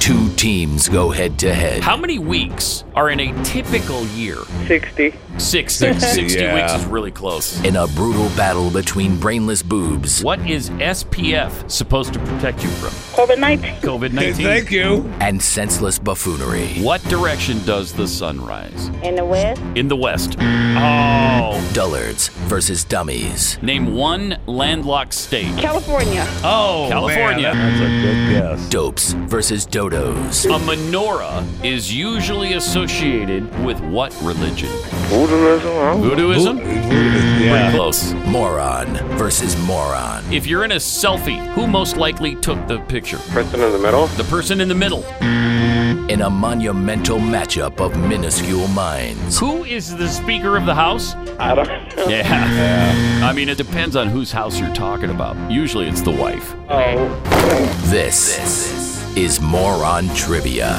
two teams go head to head.
How many weeks are in a typical year?
60.
60. 60,
60, yeah.
weeks is really close.
In a brutal battle between brainless boobs.
What is SPF supposed to protect you from?
COVID 19.
COVID 19.
Thank you. And senseless buffoonery.
What direction does the sun rise?
In the West,
In the West. Oh.
Dullards versus dummies.
Name one landlocked state.
California.
Oh, California.
that's a good guess. Dopes versus dodos.
A menorah is usually associated with what religion?
Voodooism.
Voodooism? Pretty close.
Moron versus moron.
If you're in a selfie, who most likely took the picture?
Person in the middle.
The person in the middle.
In a monumental matchup of minuscule minds.
Who is the Speaker of the House?
I don't know.
Yeah. I mean, it depends on whose house you're talking about. Usually it's the wife.
This is Moron Trivia.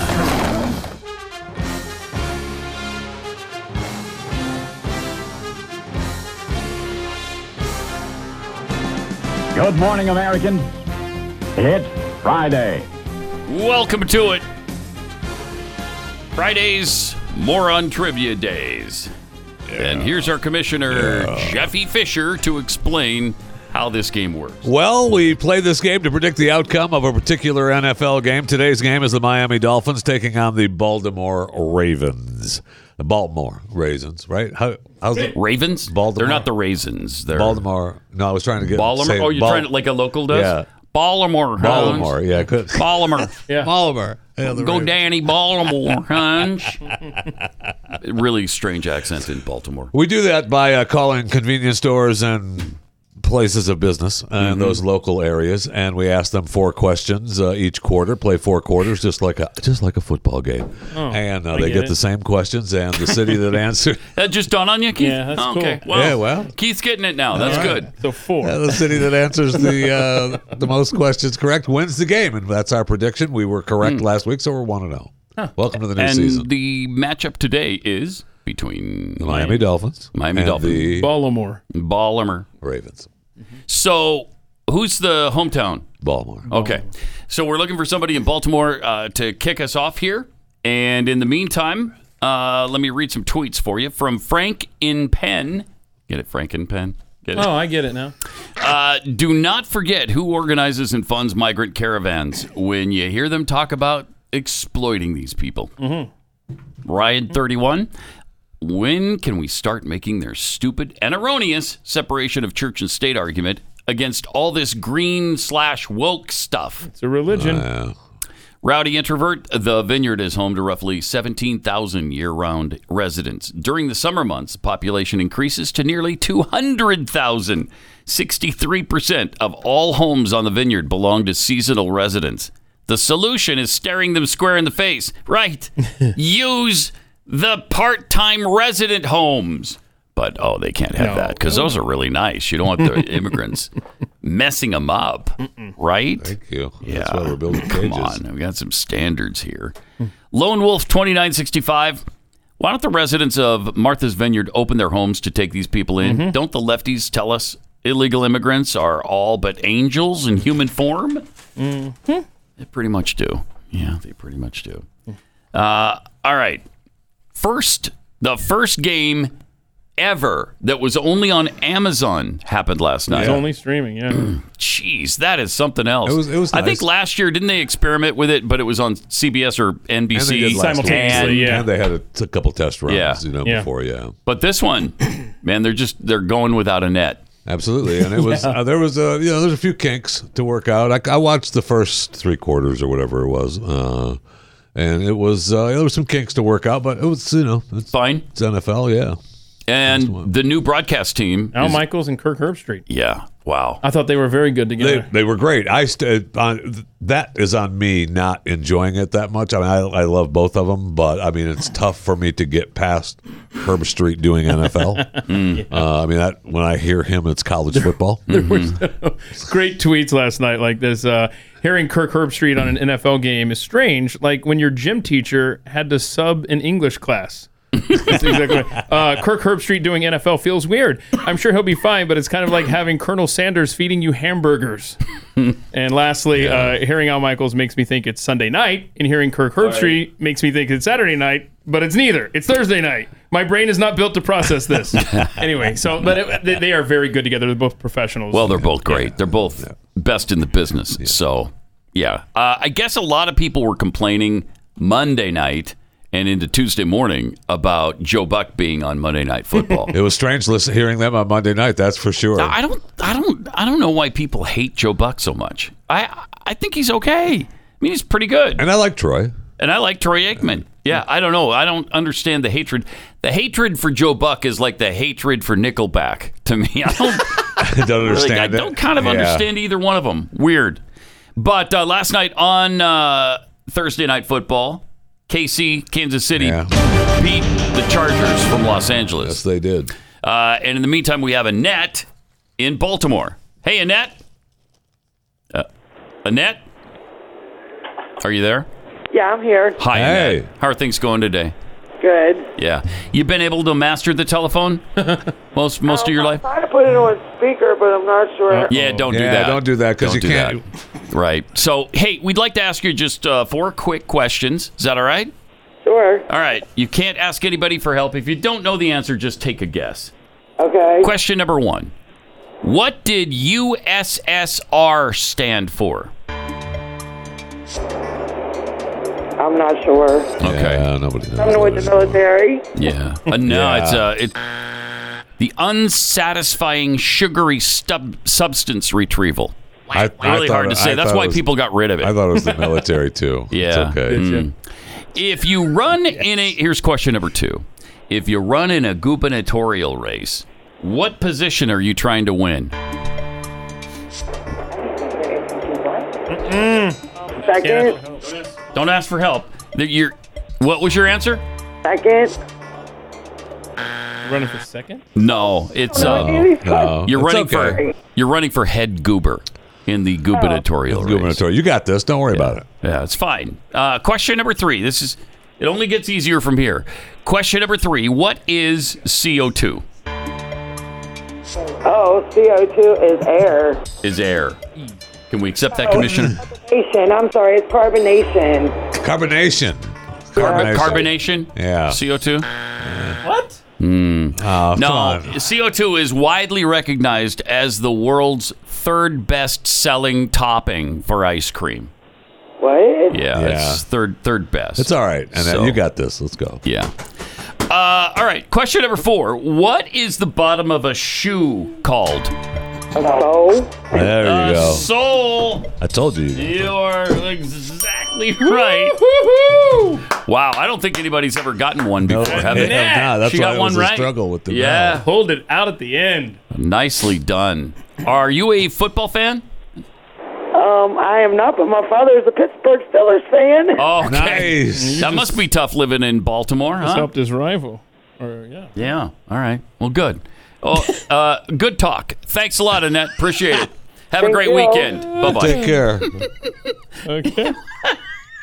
Good morning, American. It's Friday.
Welcome to it. Fridays, moron trivia days. And here's our commissioner, Jeffy Fisher, to explain how this game works.
Well, we play this game to predict the outcome of a particular NFL game. Today's game is the Miami Dolphins taking on the Baltimore Ravens. The Baltimore Ravens, right? How, how's the
Ravens?
Baltimore.
They're not the raisins. They're
Baltimore. No, I was trying to get
Baltimore.
say
oh, you're
Bal-
trying to like a local does.
Yeah.
Baltimore. Huns.
Baltimore. Yeah, good.
Baltimore.
yeah.
Baltimore. Yeah, the
Go
Ravens.
Danny Baltimore, Hunch. really strange accent in Baltimore.
We do that by uh, calling convenience stores and places of business and
Mm-hmm.
those local areas, and we ask them four questions uh, each quarter. Play four quarters, just like a just like a football game,
Oh,
and uh,
I
they
get
get,
it.
the same questions and the city that answered.
That just dawned on you, Keith?
Yeah, that's
Oh,
cool.
okay.
Yeah, well.
Keith's getting it now. That's
All right.
good.
So four.
Uh, the city that answers the uh, the most questions correct wins the game, and that's our prediction. We were correct last week, so we're one and zero. Welcome to the new
Mm. and
season.
the matchup today is between the
Miami Dolphins,
Miami
and
Dolphins,
the
Baltimore.
Baltimore
Ravens.
So, who's the hometown?
Baltimore.
Okay. So we're looking for somebody in Baltimore uh, to kick us off here. And in the meantime, uh, let me read some tweets for you from Frank in Penn. Get it, Frank in Penn? Get it?
Oh, I get it now.
Uh, do not forget who organizes and funds migrant caravans when you hear them talk about exploiting these people. Ryan 31. When can we start making their stupid and erroneous separation of church and state argument against all this green slash woke stuff? It's
a religion.
Uh,
Rowdy introvert, the vineyard is home to roughly 17,000 year round residents. During the summer months, the population increases to nearly 200,000. 63% of all homes on the vineyard belong to seasonal residents. The solution is staring them square in the face. Right. Use the part time resident homes. But oh, they can't have that because those are really nice. You don't want the immigrants messing them up, right? Thank
you.
Yeah.
That's why we're building
Come
cages.
on, we've got some standards here. Lone Wolf twenty nine sixty five. Why don't the residents of Martha's Vineyard open their homes to take these people in?
Mhm.
Don't the lefties tell us illegal immigrants are all but angels in human form?
Mhm.
They pretty much do. Yeah, they pretty much do. Uh, all right. First, the first game ever that was only on Amazon happened last night.
It's only streaming, yeah.
Jeez, that is something else. It was, it was I think
nice.
last year, didn't they experiment with it, but it was on CBS or
And they
NBC
did last week.
And-
And they had a, t- couple test runs,
Yeah.
you know,
Yeah.
before, yeah.
But this one, man, they're just they're going without a net.
Absolutely, and it was uh, there was a you know there's a few kinks to work out. I, I watched the first three quarters or whatever it was, uh, and it was uh, there were some kinks to work out, but it was you know it's
fine.
It's NFL, yeah.
And the new broadcast team.
Al
is-
Michaels and Kirk Herbstreit.
Yeah. Wow.
Oh, I thought they were very good together.
They, they were great. I st- uh, on, that is on me not enjoying it that much. I mean, I, I love both of them, but I mean, it's tough for me to get past Herb Street doing NFL. uh, I mean, that when I hear him, it's college football.
Great tweets last night, like this. Uh, hearing Kirk Herbstreit on an NFL game is strange. Like when your gym teacher had to sub an English class. That's exactly right. Uh, Kirk Herbstreit doing NFL feels weird. I'm sure he'll be fine, but it's kind of like having Colonel Sanders feeding you hamburgers. and lastly, uh, hearing Al Michaels makes me think it's Sunday night, and hearing Kirk Herbstreit makes me think it's Saturday night, but it's neither. It's Thursday night. My brain is not built to process this. anyway, so but it, they- they are very good together. They're both professionals.
Well, they're both great. They're both best in the business. So, yeah. Uh, I guess a lot of people were complaining Monday night and into Tuesday morning about Joe Buck being on Monday Night Football.
It was strange listen, hearing them on Monday night. That's for sure.
I don't, I don't, I don't know why people hate Joe Buck so much. I, I think he's okay. I mean, he's pretty good.
And I like Troy.
And I like Troy Aikman. Yeah, I don't know. I don't understand the hatred. The hatred for Joe Buck is like the hatred for Nickelback to me. I don't,
I don't
Really,
understand.
I
it.
don't kind of
Yeah.
understand either one of them. Weird. But uh, last night on uh, Thursday Night Football, KC, Kansas City beat the Chargers from Los Angeles. Yes,
they did.
Uh, and in the meantime, we have Annette in Baltimore. Hey, Annette. Uh, Annette, are you there?
Yeah, I'm here.
Hi, Annette. How are things going today?
Good.
Yeah. You've been able to master the telephone most most of your life?
I tried to put it on speaker, but I'm not sure.
Yeah, don't do
Yeah,
that.
don't do that 'cause
Don't
you
do
can't-
that. Right. So, hey, we'd like to ask you just uh, four quick questions. Is that all right?
Sure.
All right. You can't ask anybody for help. If you don't know the answer, just take a guess.
Okay.
Question number one What did USSR stand for?
I'm not sure.
Okay.
Yeah, nobody knows.
Something with the military.
Yeah. Uh, no,
Yeah.
it's uh, it, the unsatisfying sugary stub, substance retrieval.
I- I
really
thought
hard
it-
to say.
I
That's
thought
why
it was-
people got rid of it.
I thought it was the military too.
Yeah. Mm.
It's okay.
Did ya? If you run in a here's question number two. If you run in a gubernatorial race, what position are you trying to win?
Second.
Don't ask for help. That You're, what was your answer?
Second.
Running for second?
No, it's
No,
uh,
no.
you're
It's
running
Oh, okay.
for you're running for head goober in the
Oh.
gubernatorial race.
Gubernatorial. You got this. Don't worry about it.
Yeah, it's fine. Uh, question number three. This is it. Only gets easier from here. Question number three. What is CO two?
Oh, CO2 is air.
Is air. Can we accept
Oh.
that, Commissioner?
Carbonation. I'm sorry, it's carbonation.
Carbonation.
Carbon, carbonation?
Yeah.
CO2?
What?
Hmm. no, CO2 is widely recognized as the world's third best selling topping for ice cream.
What?
Yeah, it's third third best.
It's all right. And
So-
you got this. Let's go.
Yeah. Uh, all right, question number four. What is the bottom of a shoe called?
So?
There you
A
go.
sole.
I told you.
You are exactly right. Wow, I don't think anybody's ever gotten one before, have they?
they have not. That's
she
why
got
it
one
was a
right.
struggle with the
yeah.
Hold it out at the end.
Nicely done. Are you a football fan?
Um, I am not, but my father is a Pittsburgh Steelers fan.
Oh, okay. That must be tough living in Baltimore,
Just
huh?
helped his rival. Or yeah.
Yeah. All right. Well, good. Oh, uh, good talk. Thanks a lot, Annette. Appreciate it. Have a
Thank
great
you.
weekend. Bye bye.
Take care.
Okay.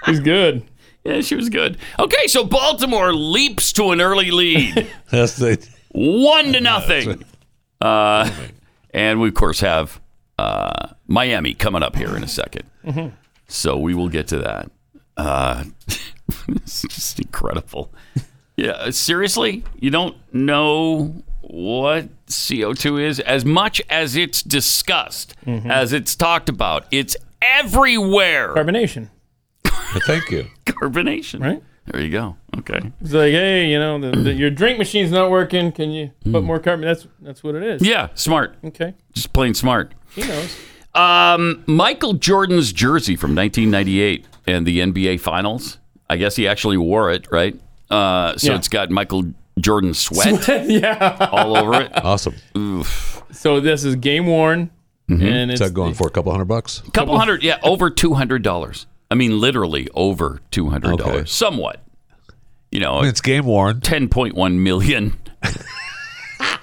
He's good.
Yeah, she was good. Okay, so Baltimore leaps to an early lead,
That's the.
one to nothing. Uh, and we of course have uh, Miami coming up here in a second.
Mhm.
So we will get to that. Uh, it's just incredible. Yeah, seriously, you don't know what CO2 is as much as it's discussed,
Mhm.
as it's talked about. It's everywhere.
Carbonation.
Thank you.
Carbonation.
Right?
There you go. Okay.
He's like, hey, you know, the, the, your drink machine's not working. Can you put more carbon? That's that's what it is.
Hmm. Yeah, smart.
Okay.
Just plain smart.
He knows.
Um, Michael Jordan's jersey from 1998 and the NBA Finals. I guess he actually wore it, right? Uh, so
Yeah.
it's got Michael Jordan sweat
yeah.
all over it.
Awesome.
Oof.
So this is game worn,
Mm-hmm.
and
What's
it's
that going for? A couple hundred bucks?
Couple hundred, yeah, over two hundred dollars. I mean, literally over two hundred dollars,
Okay.
somewhat. You know,
I mean, it's game worn.
ten point one million.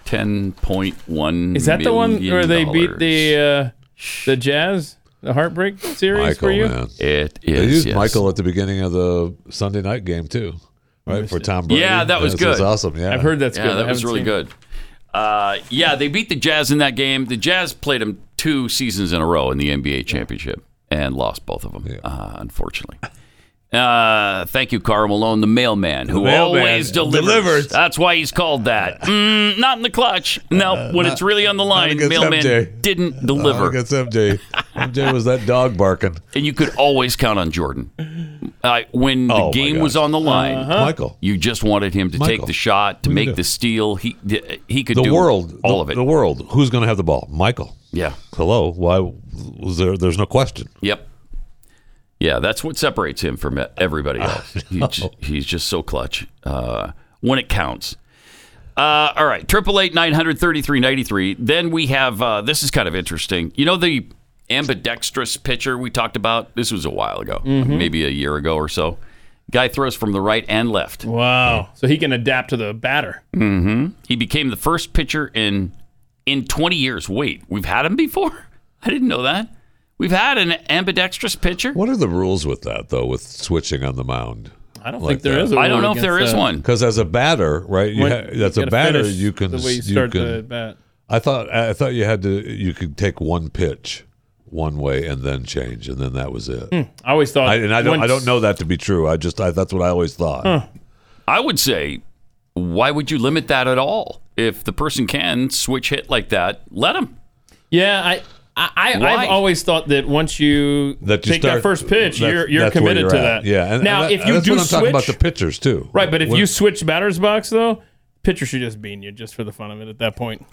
Ten point one.
Is that the one where they beat the uh, the Jazz, the heartbreak series for you?
It
They
is,
used
yes.
Michael at the beginning of the Sunday night game too, right? For Tom Brady.
Yeah, that was
This is
good.
awesome. Yeah,
I've heard that's
yeah,
good. I
that was
haven't
really
seen
good. Uh, yeah, they beat the Jazz in that game. The Jazz played them two seasons in a row in the NBA championship and lost both of them, uh, unfortunately. Uh, thank you, Carl Malone, the mailman who
mailman
always delivers.
delivers.
That's why he's called that. Mm, not in the clutch. No,
Uh,
when it's really on the line,
against
mailman
MJ.
didn't
Oh,
deliver.
I guess MJ. MJ was that dog barking.
and you could always count on Jordan. Uh, when the
Oh, my
game
gosh.
was on the line,
Uh-huh. Michael.
you just wanted him to take
Michael.
the shot,
What do
to
you
make
do?
the steal. He he could
The
do
world,
all
the,
of it.
The world. Who's going to have the ball? Michael.
Yeah.
Hello. Why was there? There's no question.
Yep. Yeah, that's what separates him from e-, everybody else. He j- he's just so clutch uh, when it counts. Uh, all right, triple eight nine hundred thirty three ninety three. Then we have uh, this is kind of interesting. You know the ambidextrous pitcher we talked about. This was a while ago,
Mhm.
maybe a year ago or so. Guy throws from the right and left.
Mm. Wow. So he can adapt to the batter.
hmm He became the first pitcher in in 20 years. Wait, we've had him before? I didn't know that. We've had an ambidextrous pitcher.
What are the rules with that though? With switching on the mound.
I don't
Like
think there
that.
is. A
I don't
rule
know if there
against
is
that.
one.
Because as a batter, right? You
When-
ha- that's
you
a
gotta
batter.
finish
You can
the way you
s-
start
can-
the bat.
I thought I thought you had to. You could take one pitch one way and then change, and then that was it.
Hmm. I always thought.
I, and I don't. I
once-
don't know that to be true. I just. I, that's what I always thought.
I would say, why would you limit that at all? If the person can switch hit like that, let him.
Yeah, I. I, I,
Why?
I've always thought that once you,
That you
take
start-
that first pitch,
that's-
you're you're
that's where
committed
you're
to
at.
that.
Yeah. And-
now,
and
if
that-
you
that's
do
what I'm
switch,
talking about the pitchers too.
right? But if
When-
you switch batter's box though, pitcher should just bean you just for the fun of it at that point.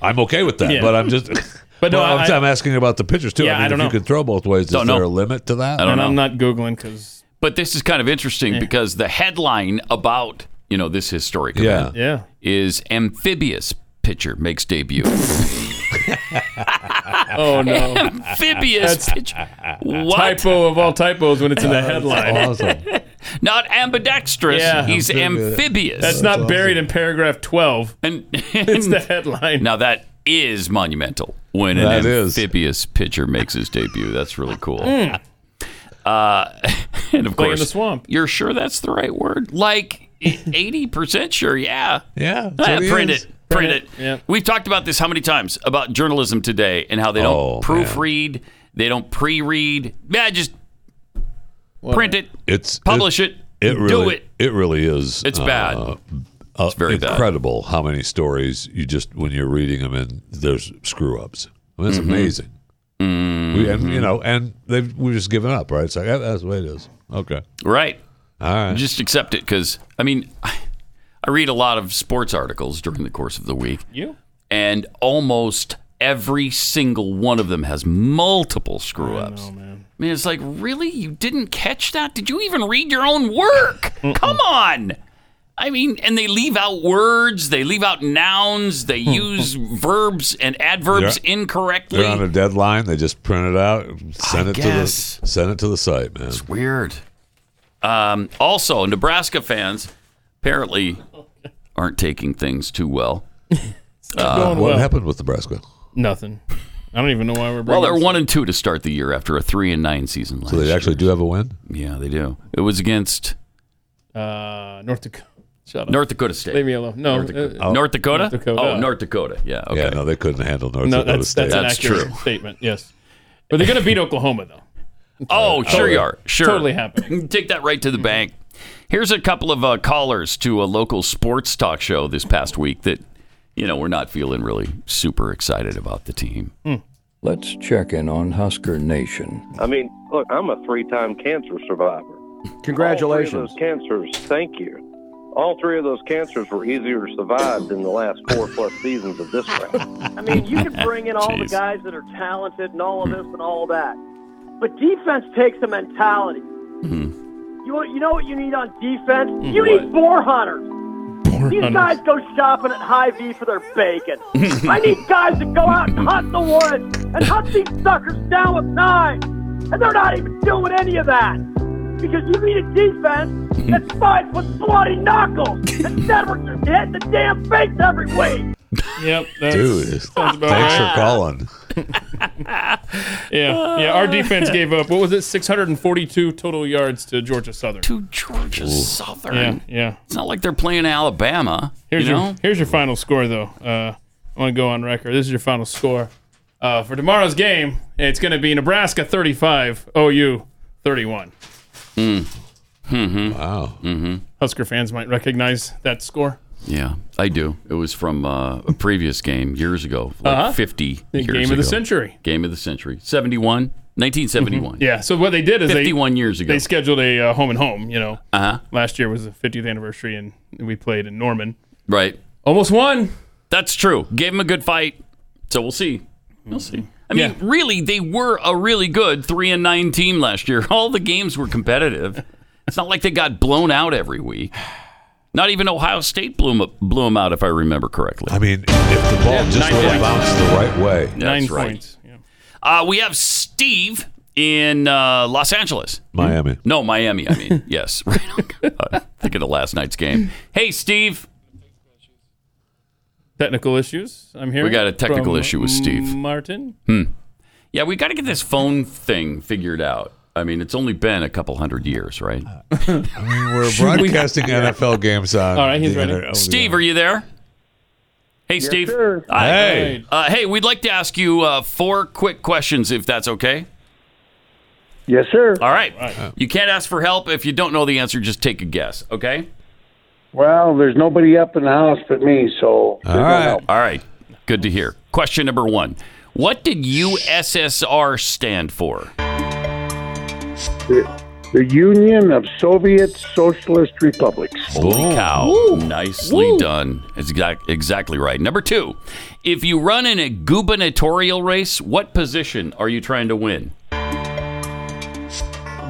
I'm okay with that,
Yeah.
but I'm just.
But no,
Well, I'm,
I-
I'm asking about the pitchers too.
Yeah,
I, mean,
I don't
if
know.
You could throw both ways. Is
Don't know.
there a limit to that?
I don't
and
know.
I'm not googling because
But this is kind of interesting because the headline about you know this historic event
Yeah.
is amphibious pitcher makes debut.
oh no,
Amphibious
That's
pitcher. What?
typo of all typos when it's in the headline.
Not ambidextrous.
Yeah.
He's amphibious.
That's not buried in paragraph 12.
And
it's the headline.
Now that is monumental when an
That is.
amphibious pitcher makes his debut. That's really cool.
Mm.
Uh, and
Playing
of course,
the swamp.
You're sure that's the right word? Like eighty e-, percent sure? Yeah.
Yeah,
Ah, print it. Print it. We've talked about this how many times about journalism today and how they don't
Oh,
proofread, they don't pre-read. Yeah, just print it.
It's
Publish it.
It
Do
really, Uh,
it.
really is.
It's bad.
it's very
bad.
incredible how many stories you just when you're reading them and there's screw ups. I mean, it's
Mhm.
amazing. We, and
Mm-hmm.
you know, and they've we just given up, right? It's like "Ah, that's the way it is. Okay,
Right.
All right.
Just accept it because, I mean, I, I read a lot of sports articles during the course of the week.
You?
And almost every single one of them has multiple screw ups. I mean, it's like, really? You didn't catch that? Did you even read your own work? Come on. I mean, and they leave out words, they leave out nouns, they use verbs and adverbs
They're-
incorrectly.
Hmm. they're on a deadline. They just print it out, and send it
guess.
to the send it to the site, man. It's
weird. Um, also, Nebraska fans apparently aren't taking things too well.
what happened with Nebraska?
Nothing. I don't even know why we're.
Well,
bringing
they're
this
one and two to start the year after a three and nine season last. So they
actually do have a win.
Yeah, they do. It was against
Uh, North Dakota. Shut up.
North Dakota State.
Leave me alone. No,
North Dakota.
uh,
North Dakota?
North Dakota.
Oh, North Dakota. Yeah. Okay.
Yeah, no, they couldn't handle North
no,
Dakota
that's
State.
that's an accurate statement. Yes, but they're going to beat Oklahoma though.
Oh,
Totally.
sure you are. Sure.
Totally happening.
Take that right to the bank. Here's a couple of uh, callers to a local sports talk show this past week that, you know, we're not feeling really super excited about the team.
Let's check in on Husker Nation.
I mean, look, I'm a three time cancer survivor.
Congratulations.
All three of those cancers, thank you. All three of those cancers were easier survived in the last four plus seasons of this round.
I mean, you can bring in all the
Jeez.
guys that are talented and all of this and all of that, but defense takes a mentality. You want, you know what you need on defense? You need boar hunters. These
hunters.
guys go shopping at High V for their bacon. I need guys that go out and hunt in the woods and hunt these suckers down with knives, and they're not even doing any of that because you need a defense that fights with bloody knuckles instead we're just hitting the damn face every week.
Yep, that's,
Dude,
sounds about
thanks
right.
for calling.
Yeah, yeah. Our defense gave up. What was it? 642 total yards to Georgia Southern. To
Georgia Southern.
Yeah, yeah.
It's not like they're playing Alabama.
Here's
you know?
your here's your final score though. Uh, I want to go on record. This is your final score uh, for tomorrow's game. It's going to be Nebraska 35, OU 31.
Mm-hmm. Wow. Mm-hmm.
Husker fans might recognize that score.
Yeah, I do. It was from uh, a previous game years ago, like
Uh-huh.
50
The
years
game of the
ago.
century. Mm-hmm.
Game of the century. 71, 1971.
Yeah. So what they did is
51
they,
years ago.
They scheduled a uh, home and home. You know,
Uh-huh.
last year was the 50th anniversary, and we played in Norman.
Right.
Almost won.
That's true. Gave him a good fight. So we'll see. We'll see. I mean, really, they were a really good 3 and 9 team last year. All the games were competitive. it's not like they got blown out every week. Not even Ohio State blew them, blew 'em out, if I remember correctly. I
mean, if the ball just would have bounced the right way.
That's right. Uh, we have Steve in uh, Los Angeles.
Miami.
No, Miami, I mean. yes. Right. Uh, thinking of last night's game. Hey, Steve.
Technical issues. I'm here.
We got a technical issue with Steve.
Martin.
Hmm. Yeah, we got to get this phone thing figured out. I mean, it's only been a couple hundred years, right?
I mean, we're
Should we-
broadcasting NFL games on.
All right, he's
the Oh,
ready.
internet.
Steve, are you there? Hey,
Yes,
Steve.
sir.
Hi.
Hey.
Uh, hey, we'd like to ask you uh, four quick questions, if that's okay.
Yes, sir.
All right. You can't ask for help if you don't know the answer. Just take a guess, okay?
Well, there's nobody up in the house but me, so. there's no help.
All right. Good to hear. Question number one What did USSR stand for?
The, the Union of Soviet Socialist Republics.
Holy cow. Nicely done. That's exact, exactly right. Number two, if you run in a gubernatorial race, what position are you trying to win?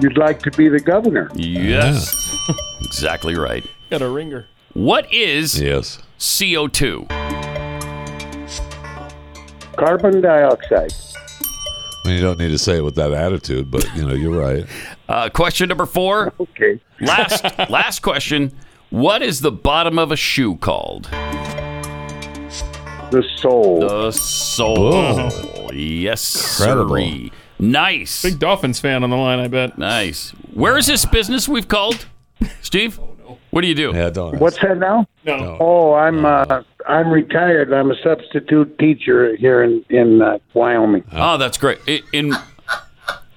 You'd like to be the governor.
Yes. exactly right.
Got a ringer.
What is
yes.
CO2?
Carbon dioxide.
I mean, you don't need to say it with that attitude, but you know, you're right.
Uh, question number four.
Okay.
Last, last question. What is the bottom of a shoe called?
The soul.
The soul.
Boom.
Yes,
Incredible.
sirree. Nice. Big
Dolphins fan on the line, I bet.
Nice. Where is this business we've called? Steve? What do you do?
Yeah, don't.
What's that now?
No.
Oh, I'm uh,
I'm retired. I'm a substitute teacher here in in uh, Wyoming.
Oh, that's great. I- In,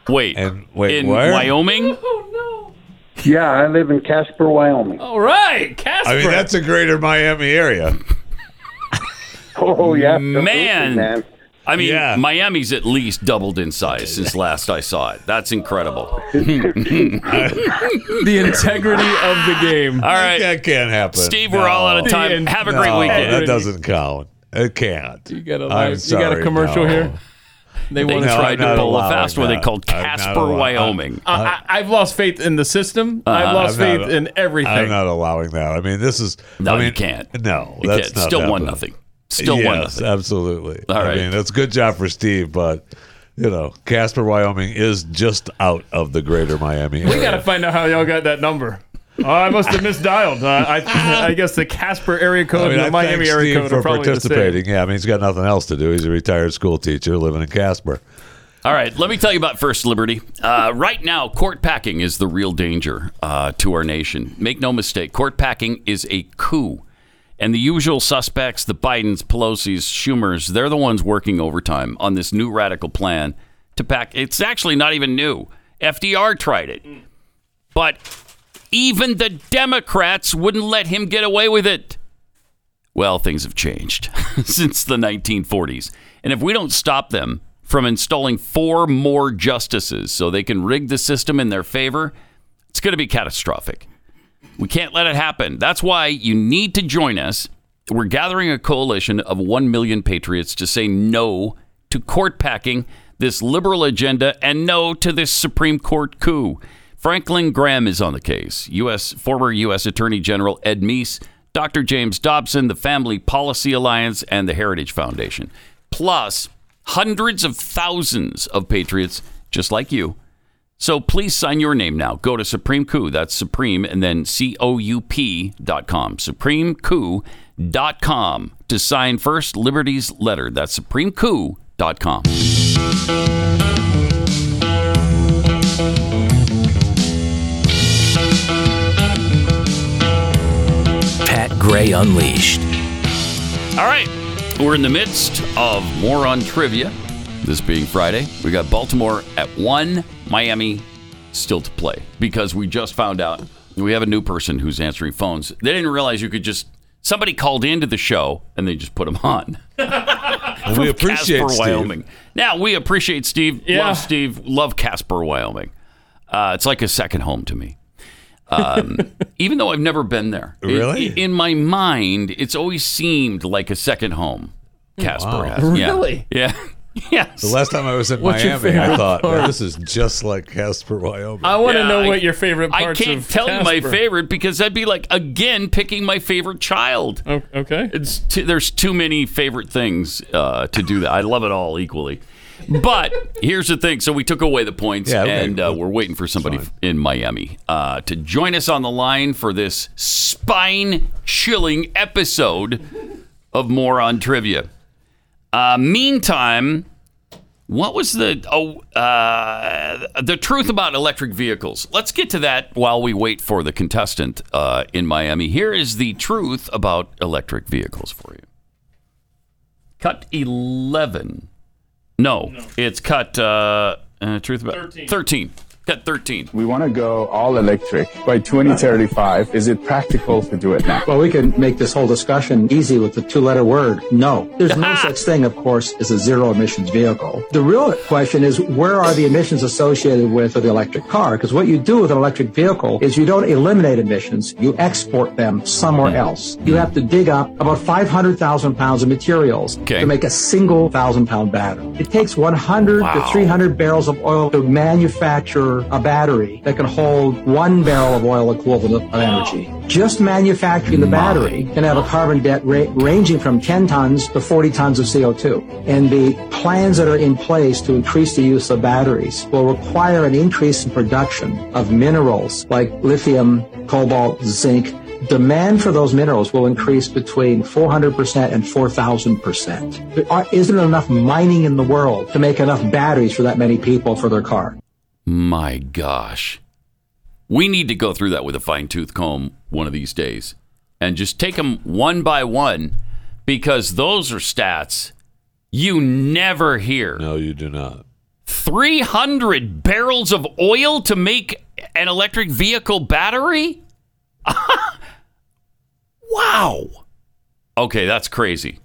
wait,
wait,
in
where?
Wyoming?
Yeah, I live in Casper, Wyoming.
All right, Casper.
I mean, that's a greater Miami area.
Oh yeah, absolutely,
man.
man.
I mean, Miami's at least doubled in size since last I saw it. That's incredible.
the integrity of the game.
All right.
That can't happen.
Steve, we're all out of time. Have a great
No,
weekend.
That doesn't count. It can't. You
got a live- you got a commercial here? They
They
wanna
tried to
not
pull a
allowing
fast one. They
that.
called
I'm not
Casper,
allowing-
Wyoming.
I, I, I've lost faith in the system. I've
Uh-huh.
lost
I'm
faith
not-
in everything.
I'm not allowing that. I mean, this is.
No,
I mean,
you can't.
No,
You
that's
can't.
not
Still one
happening.
nothing. Still one
Yes,
nothing.
Absolutely.
All right.
I mean, that's a good job for Steve, but you know, Casper, Wyoming is just out of the greater Miami.
We got to find out how y'all got that number. Oh, I must have misdialed. Uh, I, I guess the Casper area code and the Miami
thank
area
Steve
code
for
are probably the same.
participating. Yeah, I mean, he's got nothing else to do. He's a retired school teacher living in Casper.
All right, let me tell you about First Liberty. Uh, right now, court packing is the real danger uh, to our nation. Make no mistake, court packing is a coup. And the usual suspects, the Bidens, Pelosi's, Schumers, they're the ones working overtime on this new radical plan to pack. It's actually not even new. FDR tried it. But even the Democrats wouldn't let him get away with it. Well, things have changed since the 1940s. And if we don't stop them from installing four more justices so they can rig the system in their favor, it's going to be catastrophic. We can't let it happen. That's why you need to join us. We're gathering a coalition of 1 million patriots to say no to court packing this liberal agenda and no to this Supreme Court coup. Franklin Graham is on the case. U.S. former U.S. Attorney General Ed Meese, Dr. James Dobson, the Family Policy Alliance, and the Heritage Foundation, plus hundreds of thousands of patriots just like you. So please sign your name now. Go to Supreme Coup. That's Supreme and then C O U P dot com. Supreme Coup dot com to sign First Liberty's letter. That's Supreme Coup dot com.
Pat Gray Unleashed.
All right. We're in the midst of moron trivia. This being Friday, we got Baltimore at one, Miami still to play because we just found out we have a new person who's answering phones. They didn't realize you could just somebody called into the show and they just put them on.
And we appreciate
Casper,
Steve.
Wyoming. Now we appreciate Steve.
Yeah.
Love Steve. Love Casper, Wyoming. Uh, it's like a second home to me. Um, even though I've never been there, It-
Really?
i- in my mind, it's always seemed like a second home. Casper
Wow.
has. Yeah.
Really?
Yeah. Yes.
The last time I was in
What's your
Miami, I
favorite
thought
part?
"Man, this is just like Casper, Wyoming.
I want to
Yeah,
know
I-
what your favorite
I
parts of
can't tell you my
Casper.
favorite because that'd be like again picking my favorite child.
Okay.
It's t- there's too many favorite things uh, to do that. I love it all equally. But here's the thing. So we took away the points,
Yeah, okay.
and uh, we're waiting for somebody f- in Miami uh, to join us on the line for this spine-chilling episode of Moron Trivia. Uh, meantime, what was the oh uh, the truth about electric vehicles? Let's get to that while we wait for the contestant uh, in Miami. Here is the truth about electric vehicles for you. Cut eleven. No, it's cut. Uh, uh, truth about thirteen. Cut thirteen.
We want to go all electric by 2035. Is it practical to do it now? Well, we can make this whole discussion easy with the two letter word no. There's no such thing, of course, as a zero emissions vehicle. The real question is where are the emissions associated with the electric car? Because what you do with an electric vehicle is you don't eliminate emissions, you export them somewhere else. You have to dig up about 500,000 pounds of materials to make a single thousand pound battery. It takes 100
Wow.
to 300 barrels of oil to manufacture a battery that can hold one barrel of oil equivalent of energy. Just manufacturing the battery can have a carbon debt rate ranging from 10 tons to 40 tons of CO2. And the plans that are in place to increase the use of batteries will require an increase in production of minerals like lithium, cobalt, zinc, demand for those minerals will increase between 400% and 4,000%. There are, isn't enough mining in the world to make enough batteries for that many people for their car.
My gosh. We need to go through that with a fine tooth comb one of these days and just take them one by one because those are stats you never hear.
No, you do not.
300 barrels of oil to make an electric vehicle battery? wow. Okay, that's crazy.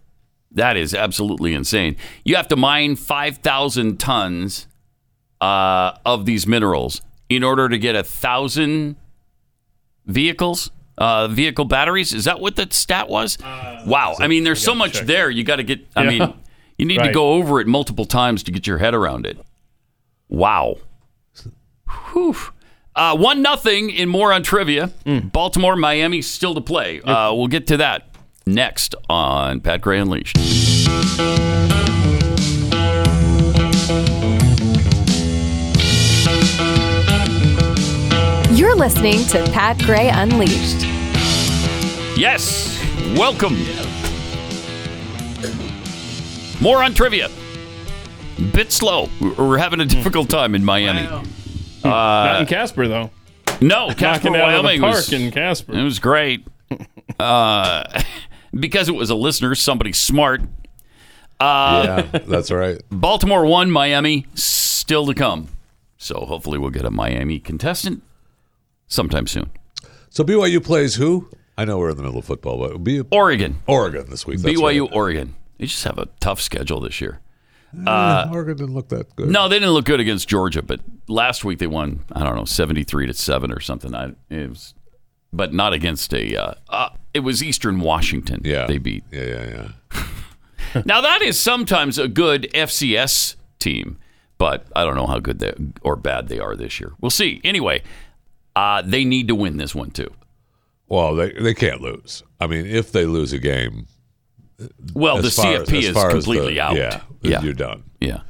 That is absolutely insane. You have to mine 5,000 tons uh, of these minerals in order to get a 1,000 vehicles, uh, vehicle batteries. Is that what that stat was? wow. I mean, there's so much there. You got to get, I
Yeah.
mean, you need to
Right.
go over it multiple times to get your head around it. Wow. Whew. Uh, one nothing in more on trivia.
Mm.
Baltimore, Miami still to play. Uh, we'll get to that next on Pat Gray Unleashed.
You're listening to Pat Gray Unleashed.
Yes, welcome. More on trivia. Bit slow. We're- We're having a
Hmm.
difficult time in Miami. Uh,
Not in Casper though.
No, Casper,
Knocking it out of the
Wyoming
park
was
in Casper.
It was great uh, because it was a listener, somebody smart. Uh,
yeah, that's right.
Baltimore won, Miami still to come. So hopefully we'll get a Miami contestant sometime soon.
So BYU plays who? I know we're in the middle of football, but B-
Oregon.
Oregon this week. That's
BYU,
right.
Oregon. They just have a tough schedule this year.
Eh, Oregon didn't look that good.
uh, No, they didn't look good against Georgia, but last week they won. I don't know, seventy-three to seven or something. I, it was, but not against a. Uh, uh, it was Eastern Washington. Yeah, they beat.
Yeah, yeah,
yeah. now that is sometimes a good FCS team, but I don't know how good they or bad they are this year. We'll see. Anyway, uh, they need to win this one too.
Well, they they can't lose. I mean, if they lose a game,
Well,
as
Oh, the
far as-
CFP
as
is
far as the-
completely out.
Yeah,
Yeah.
you're done.
Yeah.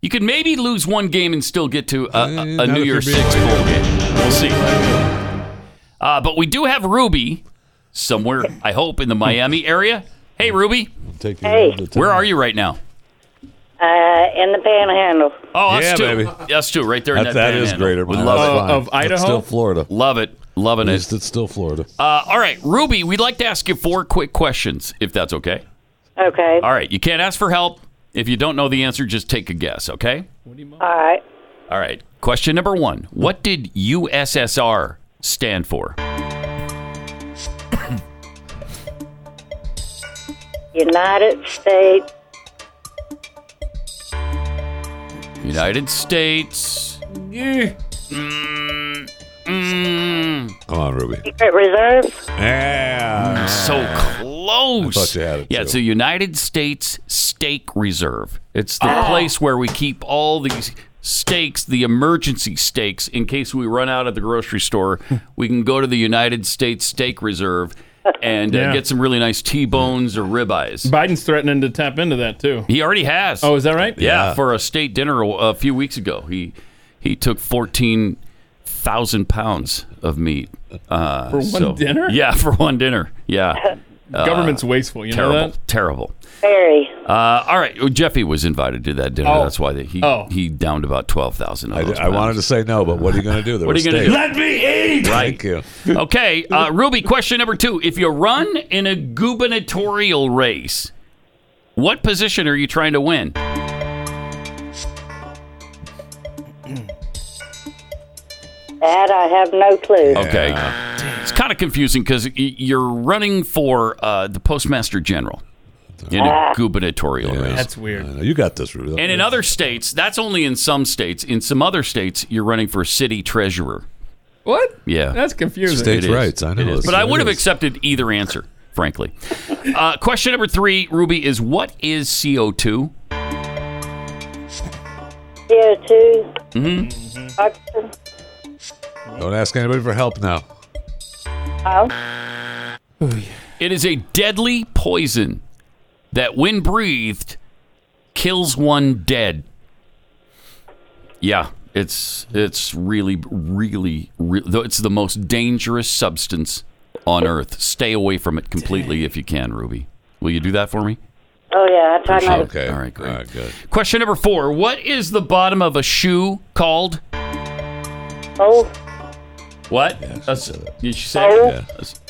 You could maybe lose one game and still get to a, a, a
Eh, not
New
if
Year's
you're being
Six bowl game. We'll see. Uh, but we do have Ruby somewhere, I hope, in the Miami area. Hey, Ruby.
Hey. the
Where are you right now?
Uh, in the panhandle.
Oh, us too. Us too, right there in
That-
that
that is Uh,
panhandle.
greater
We
Miami.
love
That's
it.
fine. Oh, Of It's Idaho? still Florida.
Love it. Loving
At
it.
least it's still Florida.
Uh, all right, Ruby, we'd like to ask you four quick questions, if that's okay.
Okay.
All right, you can't ask for help. If you don't know the answer, just take a guess, okay?
All right.
All right. Question number one What did USSR stand for?
United States.
United States. Mm, mm.
Come on, Ruby.
Secret Reserve.
Yeah.
So
Ah.
close.
I thought you had it,
yeah,
too.
it's the United States Steak Reserve. It's the
Ah.
place where we keep all these steaks, the emergency steaks, in case we run out at the grocery store. we can go to the United States Steak Reserve and uh,
Yeah.
get some really nice T-bones or ribeyes.
Biden's threatening to tap into that too.
He already has.
Oh, is that right?
Yeah,
Yeah.
for a state dinner a, a few weeks ago, he he took fourteen thousand pounds of meat uh,
For one dinner?
Yeah, for one dinner. Yeah,
Government's wasteful, you know
terrible,
that?
Terrible.
Very.
Uh, all right, well, Jeffy was invited to that dinner.
Oh.
That's why they, he
Oh.
he downed about twelve thousand.
I, I wanted to say no, but what are you going to do? There
What are
was
you gonna
steak.
do? Let me eat!
Thank you.
Okay, uh, Ruby, question number two. If you run in a gubernatorial race, what position are you trying to win?
That I have no clue.
Okay. It's kind of confusing because you're running for uh, the Postmaster General in a
Ah.
gubernatorial race.
That's weird.
Uh,
Uh, You got this, Ruby.
And in other states, that's only in some states. In some other states, you're running for city treasurer.
What?
Yeah.
That's confusing.
States'
It is.
rights, I know.
It is.
It's-
But I would
it
have
is.
accepted either answer, frankly. Uh, question number three, Ruby, is what is CO2?
CO2.
Mhm.
oxygen.
Don't ask anybody for help now.
Oh.
It is a deadly poison that, when breathed, kills one dead. Yeah, it's it's really, really, re- though it's the most dangerous substance on earth. Stay away from it completely if you can, Ruby. Will you do that for me?
Oh yeah, I try not.
Okay. All right, great.
good.
Question number four: What is the bottom of a shoe called?
Oh.
What? A s- you should say.
Sole.
Yeah. A s-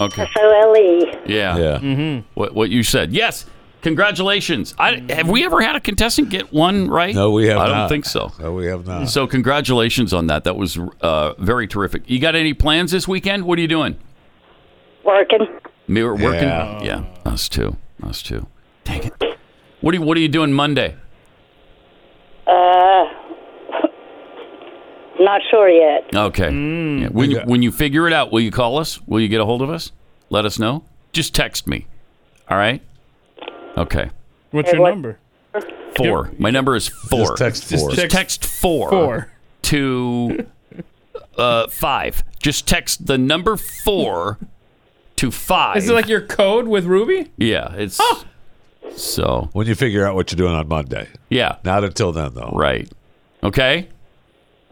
Okay.
F O L E.
Yeah. Yeah. What what you said? Yes. Congratulations. I have we ever had a contestant get one right?
No, we have
I don't
not.
think so.
No, we have not.
So congratulations on that. That was uh, very terrific. You got any plans this weekend? What are you doing?
Working.
Me we're working.
Yeah.
yeah. Us too. Us too. Dang it. What are you, what are you doing Monday?
Uh, not sure yet.
Okay.
Mm.
Yeah. When, you, when you figure it out, will you call us? Will you get a hold of us? Let us know. Just text me. All right. Okay.
What's your number?
Four. My number is four.
Just text
Just
four.
text, four.
Four.
to uh, five. Just text the number four to five.
Is it like your code with Ruby?
yeah, it's so.
When you figure out what you're doing on Monday.
Yeah.
Not until then, though.
Right. okay.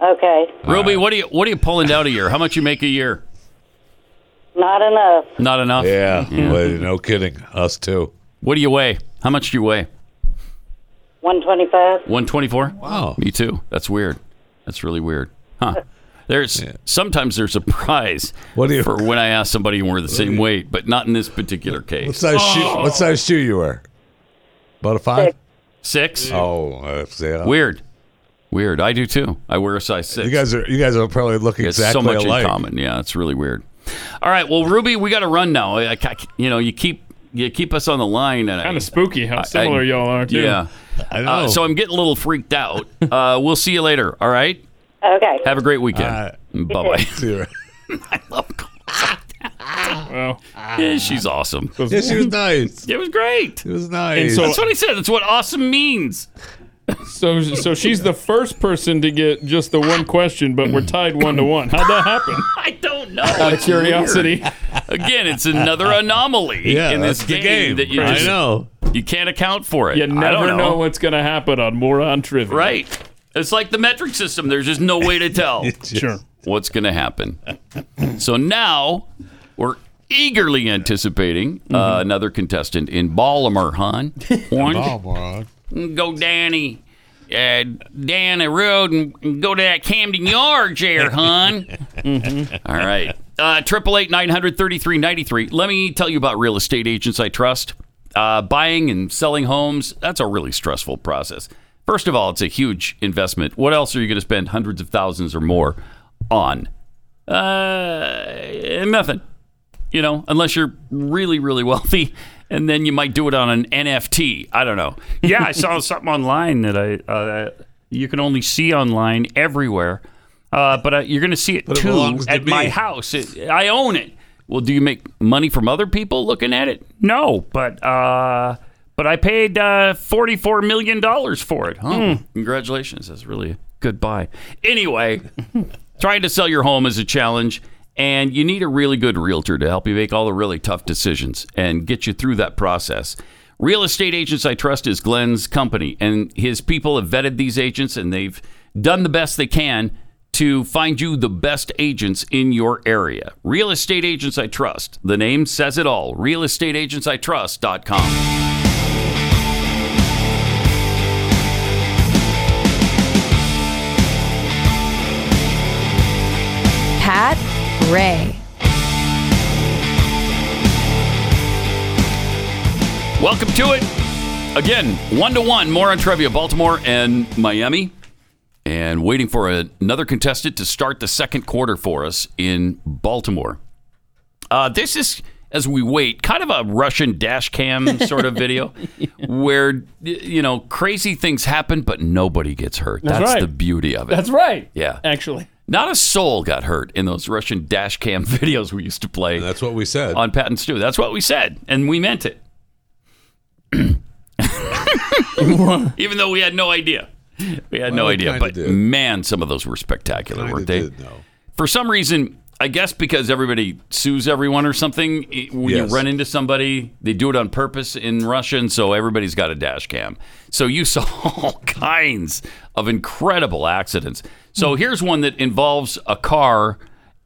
Okay.
Ruby, what are you what are you pulling out a year? How much you make a year?
Not enough.
Not enough.
Yeah. Well, no kidding. Us too.
What do you weigh? How much do you weigh?
125.
124? Wow. Me too. That's weird. That's really weird. Huh. There's sometimes there's a prize what do you, for when I ask somebody and we're the same weight, but not in this particular case.
What size, shoe, what size shoe you wear? About a five?
Six.
Oh, uh, yeah.
Weird. Weird. I do too. I wear a size six.
You guys are you guys are probably looking
It's
exactly
so much
alike.
in common. Yeah, it's really weird. All right. Well, Ruby, we got to run now. I, I ca- you know, you keep you keep us on the line, and kind of
spooky how similar y'all are, too.
Yeah.
I know.
Uh, so I'm getting a little freaked out. Uh, we'll see you later. All right.
Okay.
Have a great weekend. bye bye.
Well,
Yeah, she's awesome.
Yeah, she was nice.
It was great. It
was nice.
That's what I said. That's what awesome means.
So, so she's the first person to get just the one question, but we're tied one to one. How'd that happen?
I don't know.
Out of
It's weird.
curiosity.
Again, it's another anomaly
Yeah,
in this
that's the game.
game, that you
I
just-
know.
you can't account for it.
You
I don't
never know.
know.
what's going to happen on Moron Trivia.
Right. It's like the metric system. There's just no way to tell
Sure.
what's going to happen. So now we're eagerly anticipating uh, another contestant in Baltimore, hon.
Baltimore.
Go Danny. Uh, down the road and, and go to that Camden Yards there, hon. Mm-hmm. All right. Uh, Triple eight nine hundred thirty three ninety three. Let me tell you about real estate agents I trust. Uh, buying and selling homes, that's a really stressful process. First of all, it's a huge investment. What else are you going to spend hundreds of thousands or more on? Uh, nothing. You know, unless you're really, really wealthy, and then you might do it on an NFT. I don't know. Yeah, I saw something online that I uh, you can only see online everywhere, uh, but uh, you're going to see it
But it
too
belongs to
at my
me.
house. It, I own it. Well, do you make money from other people looking at it? No, but uh, but I paid uh, forty four million dollars for it. Huh? Congratulations, that's really a good buy. Anyway, trying to sell your home is a challenge, and you need a really good realtor to help you make all the really tough decisions and get you through that process. Real Estate Agents I Trust is Glenn's company, and his people have vetted these agents, and they've done the best they can to find you the best agents in your area. Real Estate Agents I Trust. The name says it all. RealEstateAgentsITrust.com.
Pat Gray.
Welcome to it. Again, one to one, more on trivia, Baltimore and Miami. And waiting for another contestant to start the second quarter for us in Baltimore. Uh, this is, as we wait, kind of a Russian dash cam sort of video where, you know, crazy things happen, but nobody gets hurt.
That's right.
the beauty of it.
That's right.
Yeah.
Actually.
Not a soul got hurt in those Russian dash cam videos we used to play. That's
what we said.
On Pat and Stu. That's what we said. And we meant it. Even though we had no idea. We had no
Well, we
idea.
kinda
But
did.
man, some of those were spectacular, weren't they? For some reason, I guess because everybody sues everyone or something, it- when
Yes.
you run into somebody, they do it on purpose in Russian, so everybody's got a dash cam. So you saw all kinds of incredible accidents. So here's one that involves a car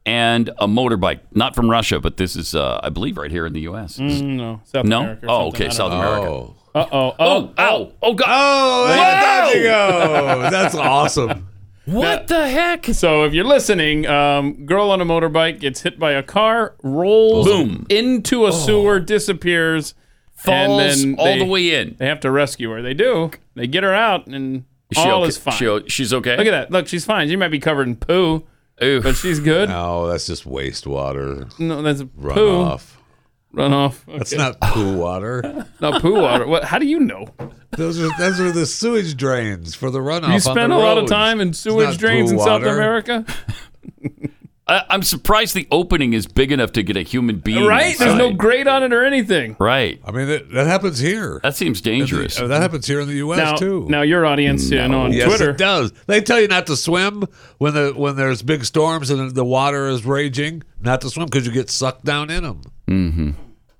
and a motorbike, not from Russia, but this is, uh, I believe, right here in the U.S.
Mm, no. South
no?
America or
oh,
something.
okay,
I don't
South
know.
America.
Uh oh. Oh,
ow. Oh, God.
Oh,
Wow.
that's awesome.
What the heck?
So if you're listening, um, girl on a motorbike gets hit by a car, rolls
Boom. Oh.
into a sewer, disappears, and
Falls
then
all
they-
the way in.
They have to rescue her. They do. They get her out, and
She
all
okay-
is fine.
she o- she's okay.
Look at that. Look, she's fine. She might be covered in poo, but she's good.
No, that's just wastewater.
No, that's
Runoff.
Runoff.
That's
Okay.
not poo water.
No poo water. What? How do you know?
Those are those are the sewage drains for the runoff.
you
on
spent
the
a lot of
roads.
time in
It's
sewage
not
drains
poo
in South
water.
America,
I, I'm surprised the opening is big enough to get a human being.
right? There's no grate on it or anything.
Right.
I mean, that, that happens here.
That seems dangerous.
Uh, That happens here in the U.S.
now,
too.
now your audience and on
yes,
Twitter.
it does. They tell you not to swim when the when there's big storms and the water is raging. Not to swim because you get sucked down in them.
Mm-hmm.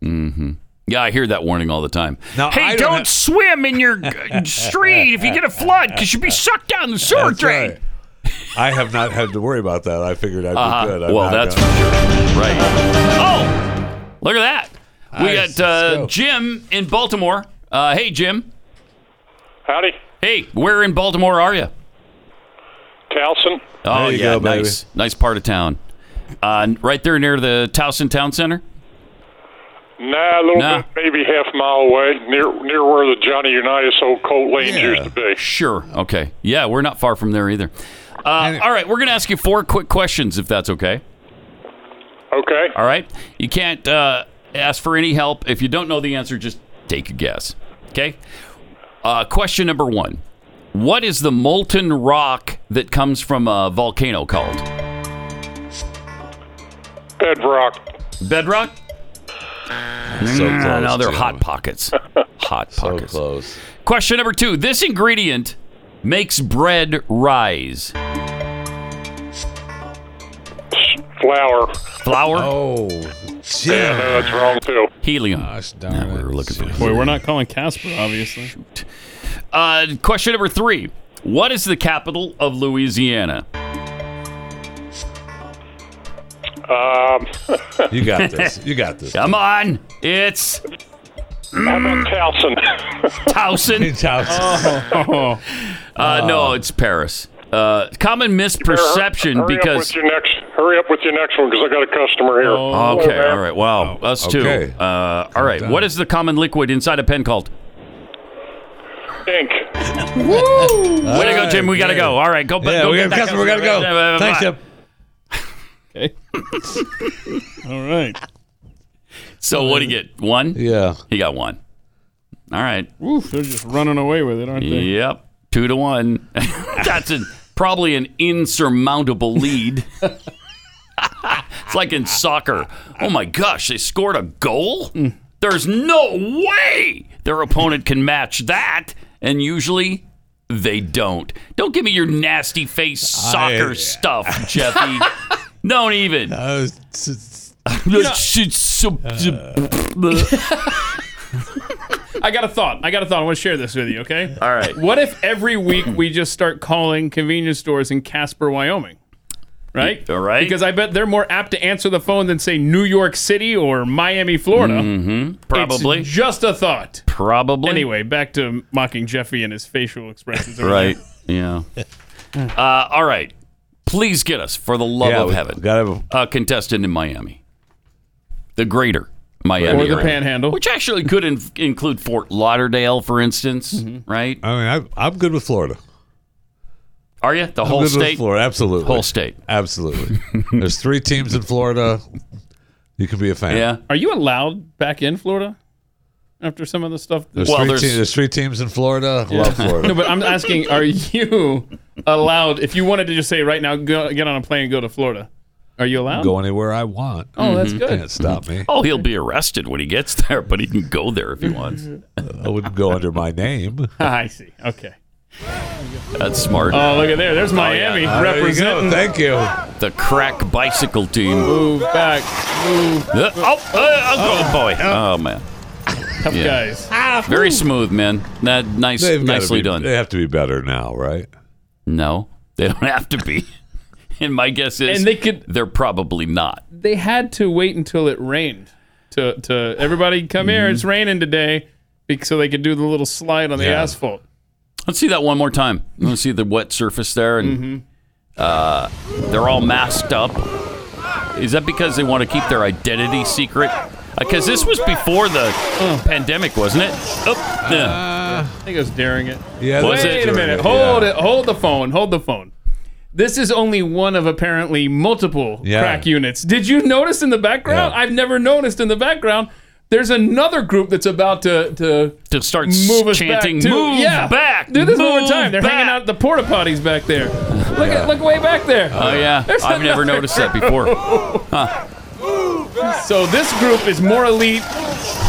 Mm-hmm. Yeah, I hear that warning all the time. Now,
Hey, don't, swim in your uh, street if you get a flood because you'll be sucked down the sewer
That's
drain.
right. I have not had to worry about that. I figured I'd
Uh-huh.
be good. I'm
Well,
not
that's
gonna-
Right. Oh, look at that. We
Nice.
got uh,
Let's go.
Jim in Baltimore. Uh, hey, Jim.
Howdy,
Hey, where in Baltimore are you?
Towson.
Oh,
There you
yeah,
go, baby.
nice, nice part of town. Uh, right there near the Towson Town Center.
Nah, a little
Nah.
bit, maybe half a mile away, near near where the Johnny Unitas old coat lane used to be.
Sure. Okay. Yeah, we're not far from there either. Uh, all right, we're going to ask you four quick questions, if that's okay.
Okay.
All right. You can't uh, ask for any help. If you don't know the answer, just take a guess. Okay. Uh, question number one What is the molten rock that comes from a volcano called?
Bedrock.
Bedrock?
So
Mm,
close,
No, they're
Jim.
hot pockets. Hot pockets. So close. Question number two This ingredient makes bread rise.
Flour.
Flour?
Oh,
Yeah, no, that's wrong too.
Helium.
No, we
were looking for
Boy, we're not calling Casper, obviously.
Uh, question number three. What is the capital of Louisiana?
Um,
You got this. You got this.
Come on. It's
How
Mm.
about Towson?
Towson.
Oh.
Uh,
Oh.
no, it's Paris. Uh, common misperception
hurry Up
because.
with your next, hurry up with your next one because I got a customer here.
Oh, okay, all right. Wow, us too.
Oh, Okay.
Uh, all right. What is the common liquid inside a pen called?
Ink.
Way to go, Jim. We gotta go. All right, go.
Yeah,
go
we got
get that
a customer. We gotta
customer.
go.
Bye.
Thanks, Jim.
All right.
So what do you get? One.
Yeah.
He got one. All right.
Oof, they're just running away with it, aren't they?
Yep. Two to one. That's a, probably an insurmountable lead. it's like in soccer. Oh my gosh, they scored a goal? There's no way their opponent can match that. And usually they don't. Don't give me your nasty face soccer
I-
stuff, Jeffy. don't even.
Uh, it's- it's-
I got a thought. I got a thought. I want to share this with you, okay?
All right.
What if every week we just start calling convenience stores in Casper, Wyoming? Right?
All right.
Because I bet they're more apt to answer the phone than, say, New York City or Miami, Florida.
hmm Probably.
It's just a thought.
Probably.
Anyway, back to mocking Jeffy and his facial expressions.
Right. Yeah. Uh, all right. Please get us, for the love
Yeah,
of
we
heaven,
gotta have
a contestant in Miami, the greater Miami
Or the
area,
Panhandle.
which actually could in- include Fort Lauderdale, for instance.
Mm-hmm.
Right?
I mean, I, I'm good with Florida.
Are you the
I'm
whole
good with
state?
Florida, absolutely.
Whole state.
Absolutely. There's three teams in Florida. You can be a fan.
Yeah.
Are you allowed back in Florida after some of the stuff?
There's,
Well,
three,
there's-
te- there's three teams in Florida. Love Florida.
No, but I'm asking, are you allowed, if you wanted to just say right now, go, get on a plane and go to Florida, are you allowed?
Go anywhere I want.
Oh, that's
Mm-hmm.
good.
Can't stop me.
Oh, he'll be arrested when he gets there, but he can go there if he wants.
I wouldn't go under my name.
I see. Okay.
That's smart.
Uh,
Oh, look at there. There's Miami
Ah, there you go.
representing.
Thank you.
the crack bicycle
uh,
team.
Move back. Move.
Uh, oh, uh, oh, boy. Oh man,
Tough
Yeah.
guys.
very smooth, man. That nice,
uh, They've gotta
nicely
be-
done.
They have to be better now, right?
No, they don't have to be. And my guess is
And they could-
they're probably not.
They had to wait until it rained to, to everybody come here. It's raining today bec- so they could do the little slide on the
Mm-hmm. Yeah.
asphalt. Mm-hmm.
Let's see that one more time. Let's see the wet surface there and Uh, they're all masked up. Is that because they want to keep their identity secret? Because this was before the pandemic, wasn't it? Oh, no.
I think I was daring it.
Yeah,
Wait
Was it?
a minute. Hold it. Hold the phone. Hold the phone. This is only one of apparently multiple
Yeah.
crack units. Did you notice in the background? I've never noticed in the background. There's another group that's about to to,
to start
move us
chanting,
back too.
"Move
yeah.
back,
Do this one
move
more time. They're
back."
hanging out at the porta potties back there. Look at look way back there.
Oh yeah,
There's
I've never
another
noticed that
group.
before. Huh.
So this group is more elite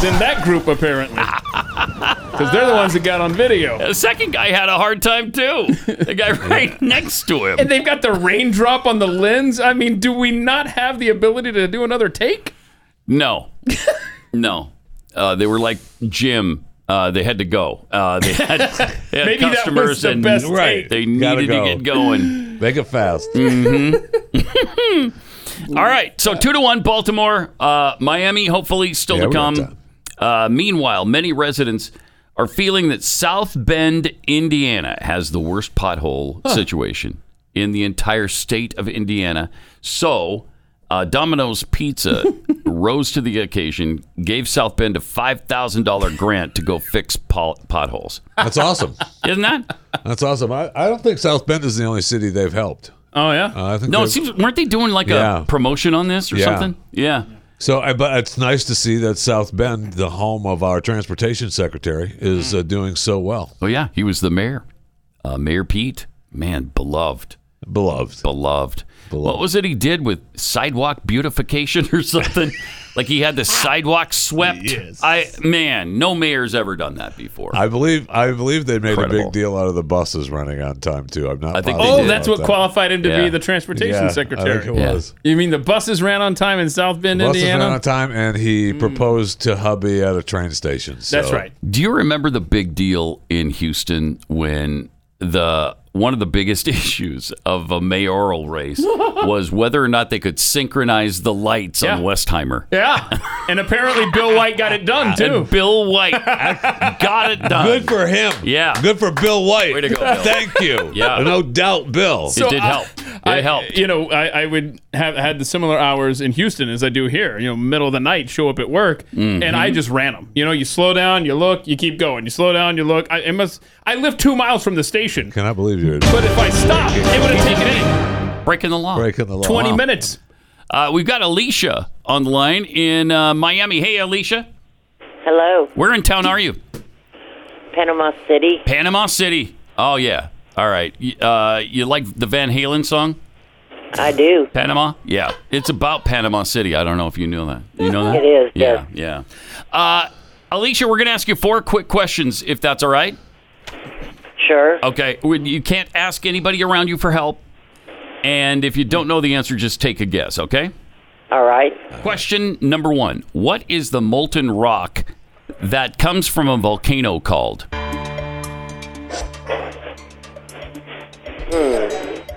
than that group apparently, because they're the ones that got on video.
The second guy had a hard time too. The guy right next to him.
And they've got the raindrop on the lens. I mean, do we not have the ability to do another take?
No, no. Uh, they were like Jim. Uh, they had to go. Uh, they had, they had
Maybe that was
customers
the
and
best Right. take.
they
Gotta
needed
go.
to get going.
Make it fast.
All right, so two to one, Baltimore, uh, Miami, hopefully still
Yeah,
to
we got
come. Uh, meanwhile, many residents are feeling that South Bend, Indiana, has the worst pothole situation in the entire state of Indiana. So, uh, Domino's Pizza rose to the occasion, gave South Bend a five thousand dollar grant to go fix pol- potholes.
That's awesome.
Isn't that?
That's awesome. I, I don't think South Bend is the only city they've helped.
Oh yeah.
Uh, I think
No, it
they've-
seems weren't they doing like
Yeah.
a promotion on this or
Yeah.
something? Yeah.
So, I, but it's nice to see that South Bend, the home of our transportation secretary, is uh, doing so well.
Oh yeah, he was the mayor. Uh, mayor Pete, man, beloved.
Beloved.
Beloved. What was it he did with sidewalk beautification or something? like he had the sidewalk swept. Yes. I man, no mayor's ever done that before.
I believe I believe they made a
Incredible.
big deal out of the buses running on time too. I'm not.
I think
positive
Oh, that's
about
what
that.
qualified him to
Yeah.
be the transportation
Yeah,
secretary.
I think it Yeah. was.
You mean the buses ran on time in South Bend,
Buses
Indiana?
ran on time, and
Mm.
he proposed to hubby at a train station. So.
Do you remember the big deal in Houston when the one of the biggest issues of a mayoral race was whether or not they could synchronize the lights on
Yeah.
Westheimer?
Yeah. and apparently Bill White got it done too.
And Bill White got it done.
Good for him.
Yeah.
Good for Bill White.
Way to go, Bill.
Thank you.
Yeah.
No doubt, Bill.
It did help.
I,
it helped.
You know, I, I would have had the similar hours in Houston as I do here. You know, middle of the night, show up at work,
Mm-hmm.
and I just ran them. You know, you slow down, you look, you keep going. You slow down, you look. I it must. I live two miles from the station,
Can I believe you?
but if I stopped, it would have taken me
Breaking the law.
Breaking the law.
twenty minutes.
Uh, we've got Alicia on the line in uh, Miami. Hey, Alicia.
Hello,
Where in town are you?
Panama City.
Panama City. Oh, yeah. All right. Y- Uh, you like the Van Halen song?
I do.
Panama? Yeah. It's about Panama City. I don't know if you knew that. You know that?
It is,
Yeah. Yeah. Uh, Alicia, we're going to ask you four quick questions, if that's all right.
Sure.
Okay. When You can't ask anybody around you for help. And if you don't know the answer, just take a guess, okay?
All right.
Question number one What is the molten rock that comes from a volcano called?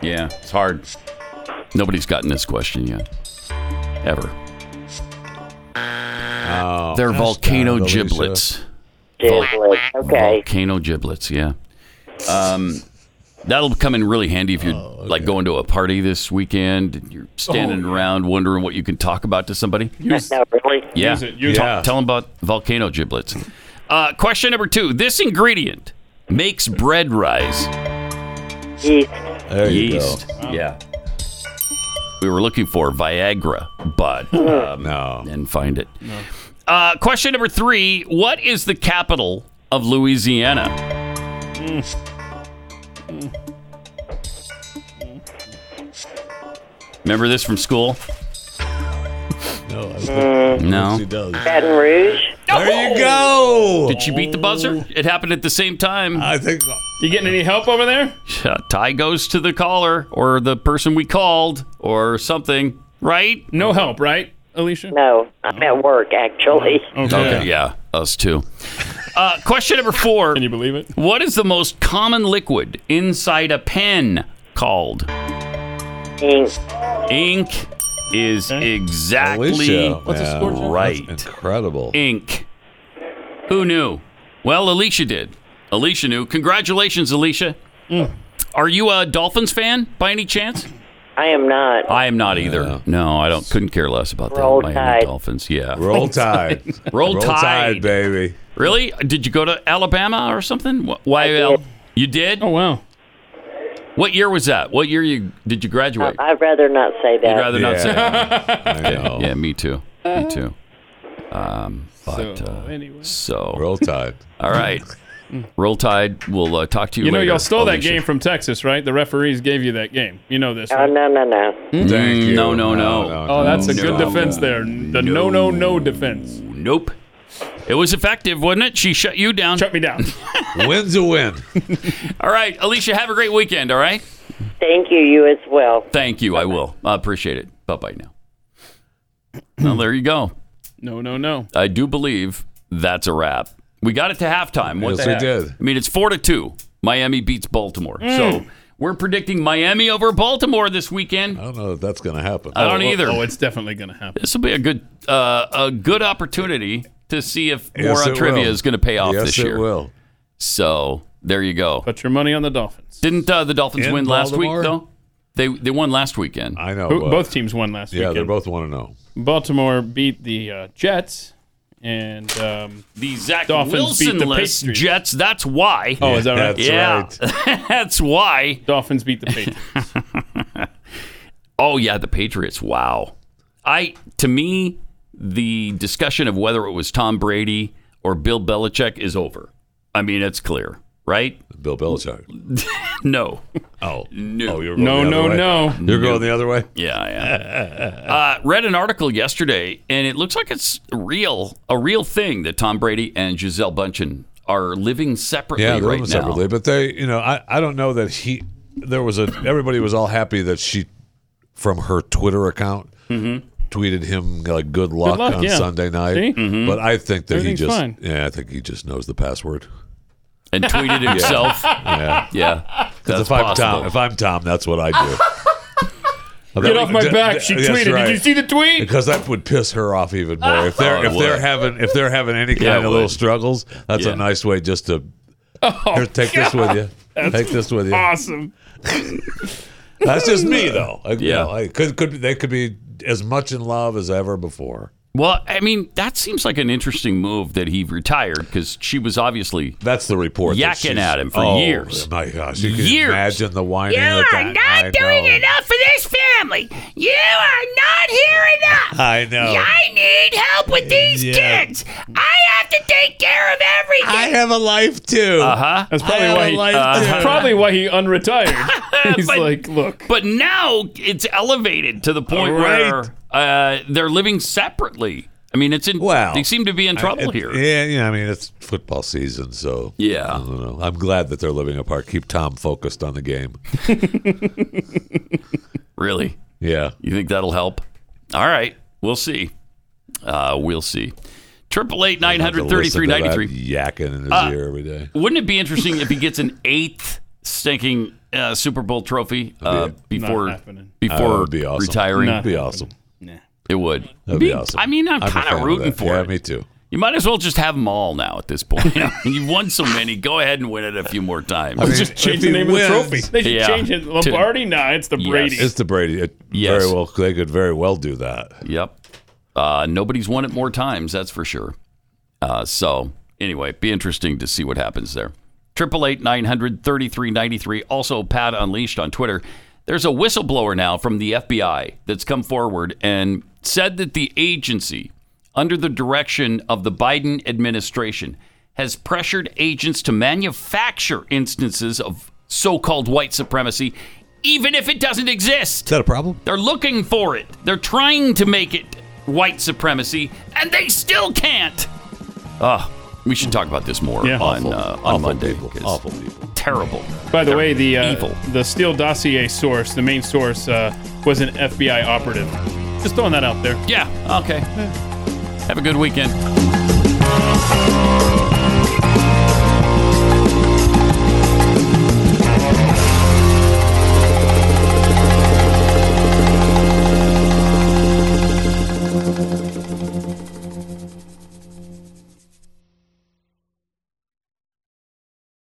Yeah, it's hard. Nobody's gotten this question yet. Ever.
Oh,
They're
gosh
volcano
darn it, Alicia.
giblets.
Giblets. Okay.
Volcano giblets, yeah. Um, that'll come in really handy if you're
Oh,
like going to a party this weekend and you're standing around wondering what you can talk about to somebody.
no, really.
Yeah.
Use it, use
Ta-
it.
Tell them about volcano giblets. Uh, question number two. This ingredient makes bread rise.
Yeast.
There you go.
Yeast. Yeah. We were looking for Viagra, but um,
No.
didn't find it. Uh, question number three. What is the capital of Louisiana? Remember this from school?
No. I don't think
No.
She does.
Mm. Baton Rouge.
There you go.
Did she beat the
Oh.
buzzer? It happened at the same time.
I think.
You getting any help over there?
Yeah, tie goes to the caller or the person we called or something, right?
No help, right, Alicia?
No, I'm at work actually.
Okay, yeah, us too. Uh, question number four
Can you believe it?
What is the most common liquid inside a pen called?
Ink.
Ink is exactly
Alicia. man,
right.
That's incredible.
Ink. Who knew? Well, Alicia did. Alicia knew. Congratulations, Alicia. Are you a Dolphins fan by any chance?
I am not.
I am not either. No, I don't. Couldn't care less about
Roll
the Miami
Tide.
Dolphins. Yeah,
Roll Tide.
Roll
Roll
Tide,
Tide, baby.
Really? Did you go to Alabama or something? Wh- Why? Al- You did? Oh wow. What year was that? What year you did you graduate?
I'd rather not say that.
You'd rather not say.
Okay.
Yeah, me too. Me too. Um, but so, uh, anyway. so
roll tide.
All right, roll tide. We'll uh, talk to you.
You know,
later,
y'all stole that
Alicia.
game from Texas, right? The referees gave you that game. You know this.
Oh,
right?
no, no, no.
Mm, No, no, no.
Oh, that's a good defense there. The no, no, no defense.
Nope. It was effective, wasn't it? She shut you down. Shut
me down.
Win's a win.
all right, Alicia. Have a great weekend. All right.
Thank you, you as well.
Thank you. I will. I appreciate it. Bye bye now. well, there you go.
No, no, no.
I do believe that's a wrap. We got it to halftime. What
Yes,
the
we
heck?
did.
I mean, it's four to two. Miami beats Baltimore.
Mm.
So we're predicting Miami over Baltimore this weekend. I
don't know if that's going to happen.
I don't either.
Oh, it's definitely going to happen.
This will be a good uh, a good opportunity to see if more
Yes,
on
it
trivia
will.
is going to pay off
Yes,
this
it
year.
will.
So there you go.
Put your money on the Dolphins.
Didn't uh, the Dolphins
In
win last
Baltimore?
week though? They they won last weekend.
I know.
Who-
but-
both teams won last
Yeah, they're
weekend.
both one to zero.
Baltimore beat the uh, Jets, and um,
the Zach
Dolphins beat the
Wilson-less
Patriots.
Jets. That's why.
Oh, is that right?
That's yeah, that's why.
Dolphins beat the Patriots.
oh yeah, the Patriots. Wow. I to me the discussion of whether it was Tom Brady or Bill Belichick is over. I mean, it's clear, right?
Bill Belichick.
no.
Oh
no.
Oh, you're going the other way. You're going the other way.
Yeah, I am. uh, read an article yesterday, and it looks like it's real, a real thing that Tom Brady and Giselle Bundchen are living separately
Yeah, they're living
right now.
separately, but they, you know, I, I don't know that he. There was a everybody was all happy that she, from her Twitter account,
Mm-hmm.
tweeted him like good luck,
luck,
on
yeah.
Sunday night.
See? Mhm.
But I think that he
Everything's
just,
fine.
yeah, I think he just knows the password.
And tweeted
Yeah.
himself.
yeah,
yeah.
Because if
That's
I'm Tom,
possible.
if I'm Tom, that's what I do.
Get off my back, she
That's
tweeted. Did you see the tweet? Ah.
Because that would piss her off even more. If
Oh,
they're
it
if they're
would.
having if they're having any kind
Yeah, it
of little
would.
struggles, that's
Yeah.
a nice way just to here, take this with you. take this with you.
Oh, Awesome.
That's just me, though. Like, you
Yeah.
know, I could could they could be as much in love as ever before.
Well, I mean, that seems like an interesting move that he retired because she was obviously
that's the report that
yakking
she's-
at him for
Oh,
years.
My gosh, you can
Years.
imagine the whining.
You
that
are
that- I
not doing
know.
enough for this family. You are not hearing up.
I know.
I need help with these
Yeah.
kids. I have to take care of everything.
I have a life too.
Uh huh.
That's probably why. He, that's probably why he unretired. He's like, look,
But now it's elevated to the point
Right.
where uh, they're living separately. I mean, it's in.
Wow.
They seem to be in
I-
trouble
it-
here.
Yeah, yeah. I mean, it's football season, so
Yeah.
I don't know. I'm glad that they're living apart. Keep Tom focused on the game.
Really?
Yeah.
You think that'll help? All right. We'll see. Uh, we'll see. Triple eight nine hundred thirty three ninety three.
Yakking in his
Uh,
ear every day.
Wouldn't it be interesting if he gets an eighth stinking uh, Super Bowl trophy uh, before
Not happening.
Oh,
before
it'd be awesome.
retiring?
Not
Be awesome.
It would.
That'd be awesome.
I mean, I'm
I'm a
kind
fan
of
of
rooting
that.
for
Yeah,
it.
me too.
You might as well just have them all now at this point. I mean, You've won so many. Go ahead and win it a few more times.
I mean, Just change if the he name of the wins- trophy.
They should
Yeah.
change it. Lombardi? Nah, it's the
Yes.
Brady.
It's the Brady. It
Yes.
Very well, they could very well do that.
Yep. Uh, nobody's won it more times, that's for sure. Uh, so anyway, be interesting to see what happens there. Triple eight nine hundred thirty three ninety three. Also, Pat Unleashed on Twitter. There's a whistleblower now from the FBI that's come forward and said that the agency, under the direction of the Biden administration, has pressured agents to manufacture instances of so-called white supremacy, even if it doesn't exist. Is
that a problem?
They're looking for it. They're trying to make it white supremacy, and they still can't. Ah, we should talk about this more
Yeah.
on
Awful.
uh, on
Awful
Monday.
people.
because
Awful people.
Terrible.
By the way, the uh,
evil.
the Steele dossier source, the main source, uh, was an FBI operative. Just throwing that out there.
Yeah. Okay. Have a good weekend.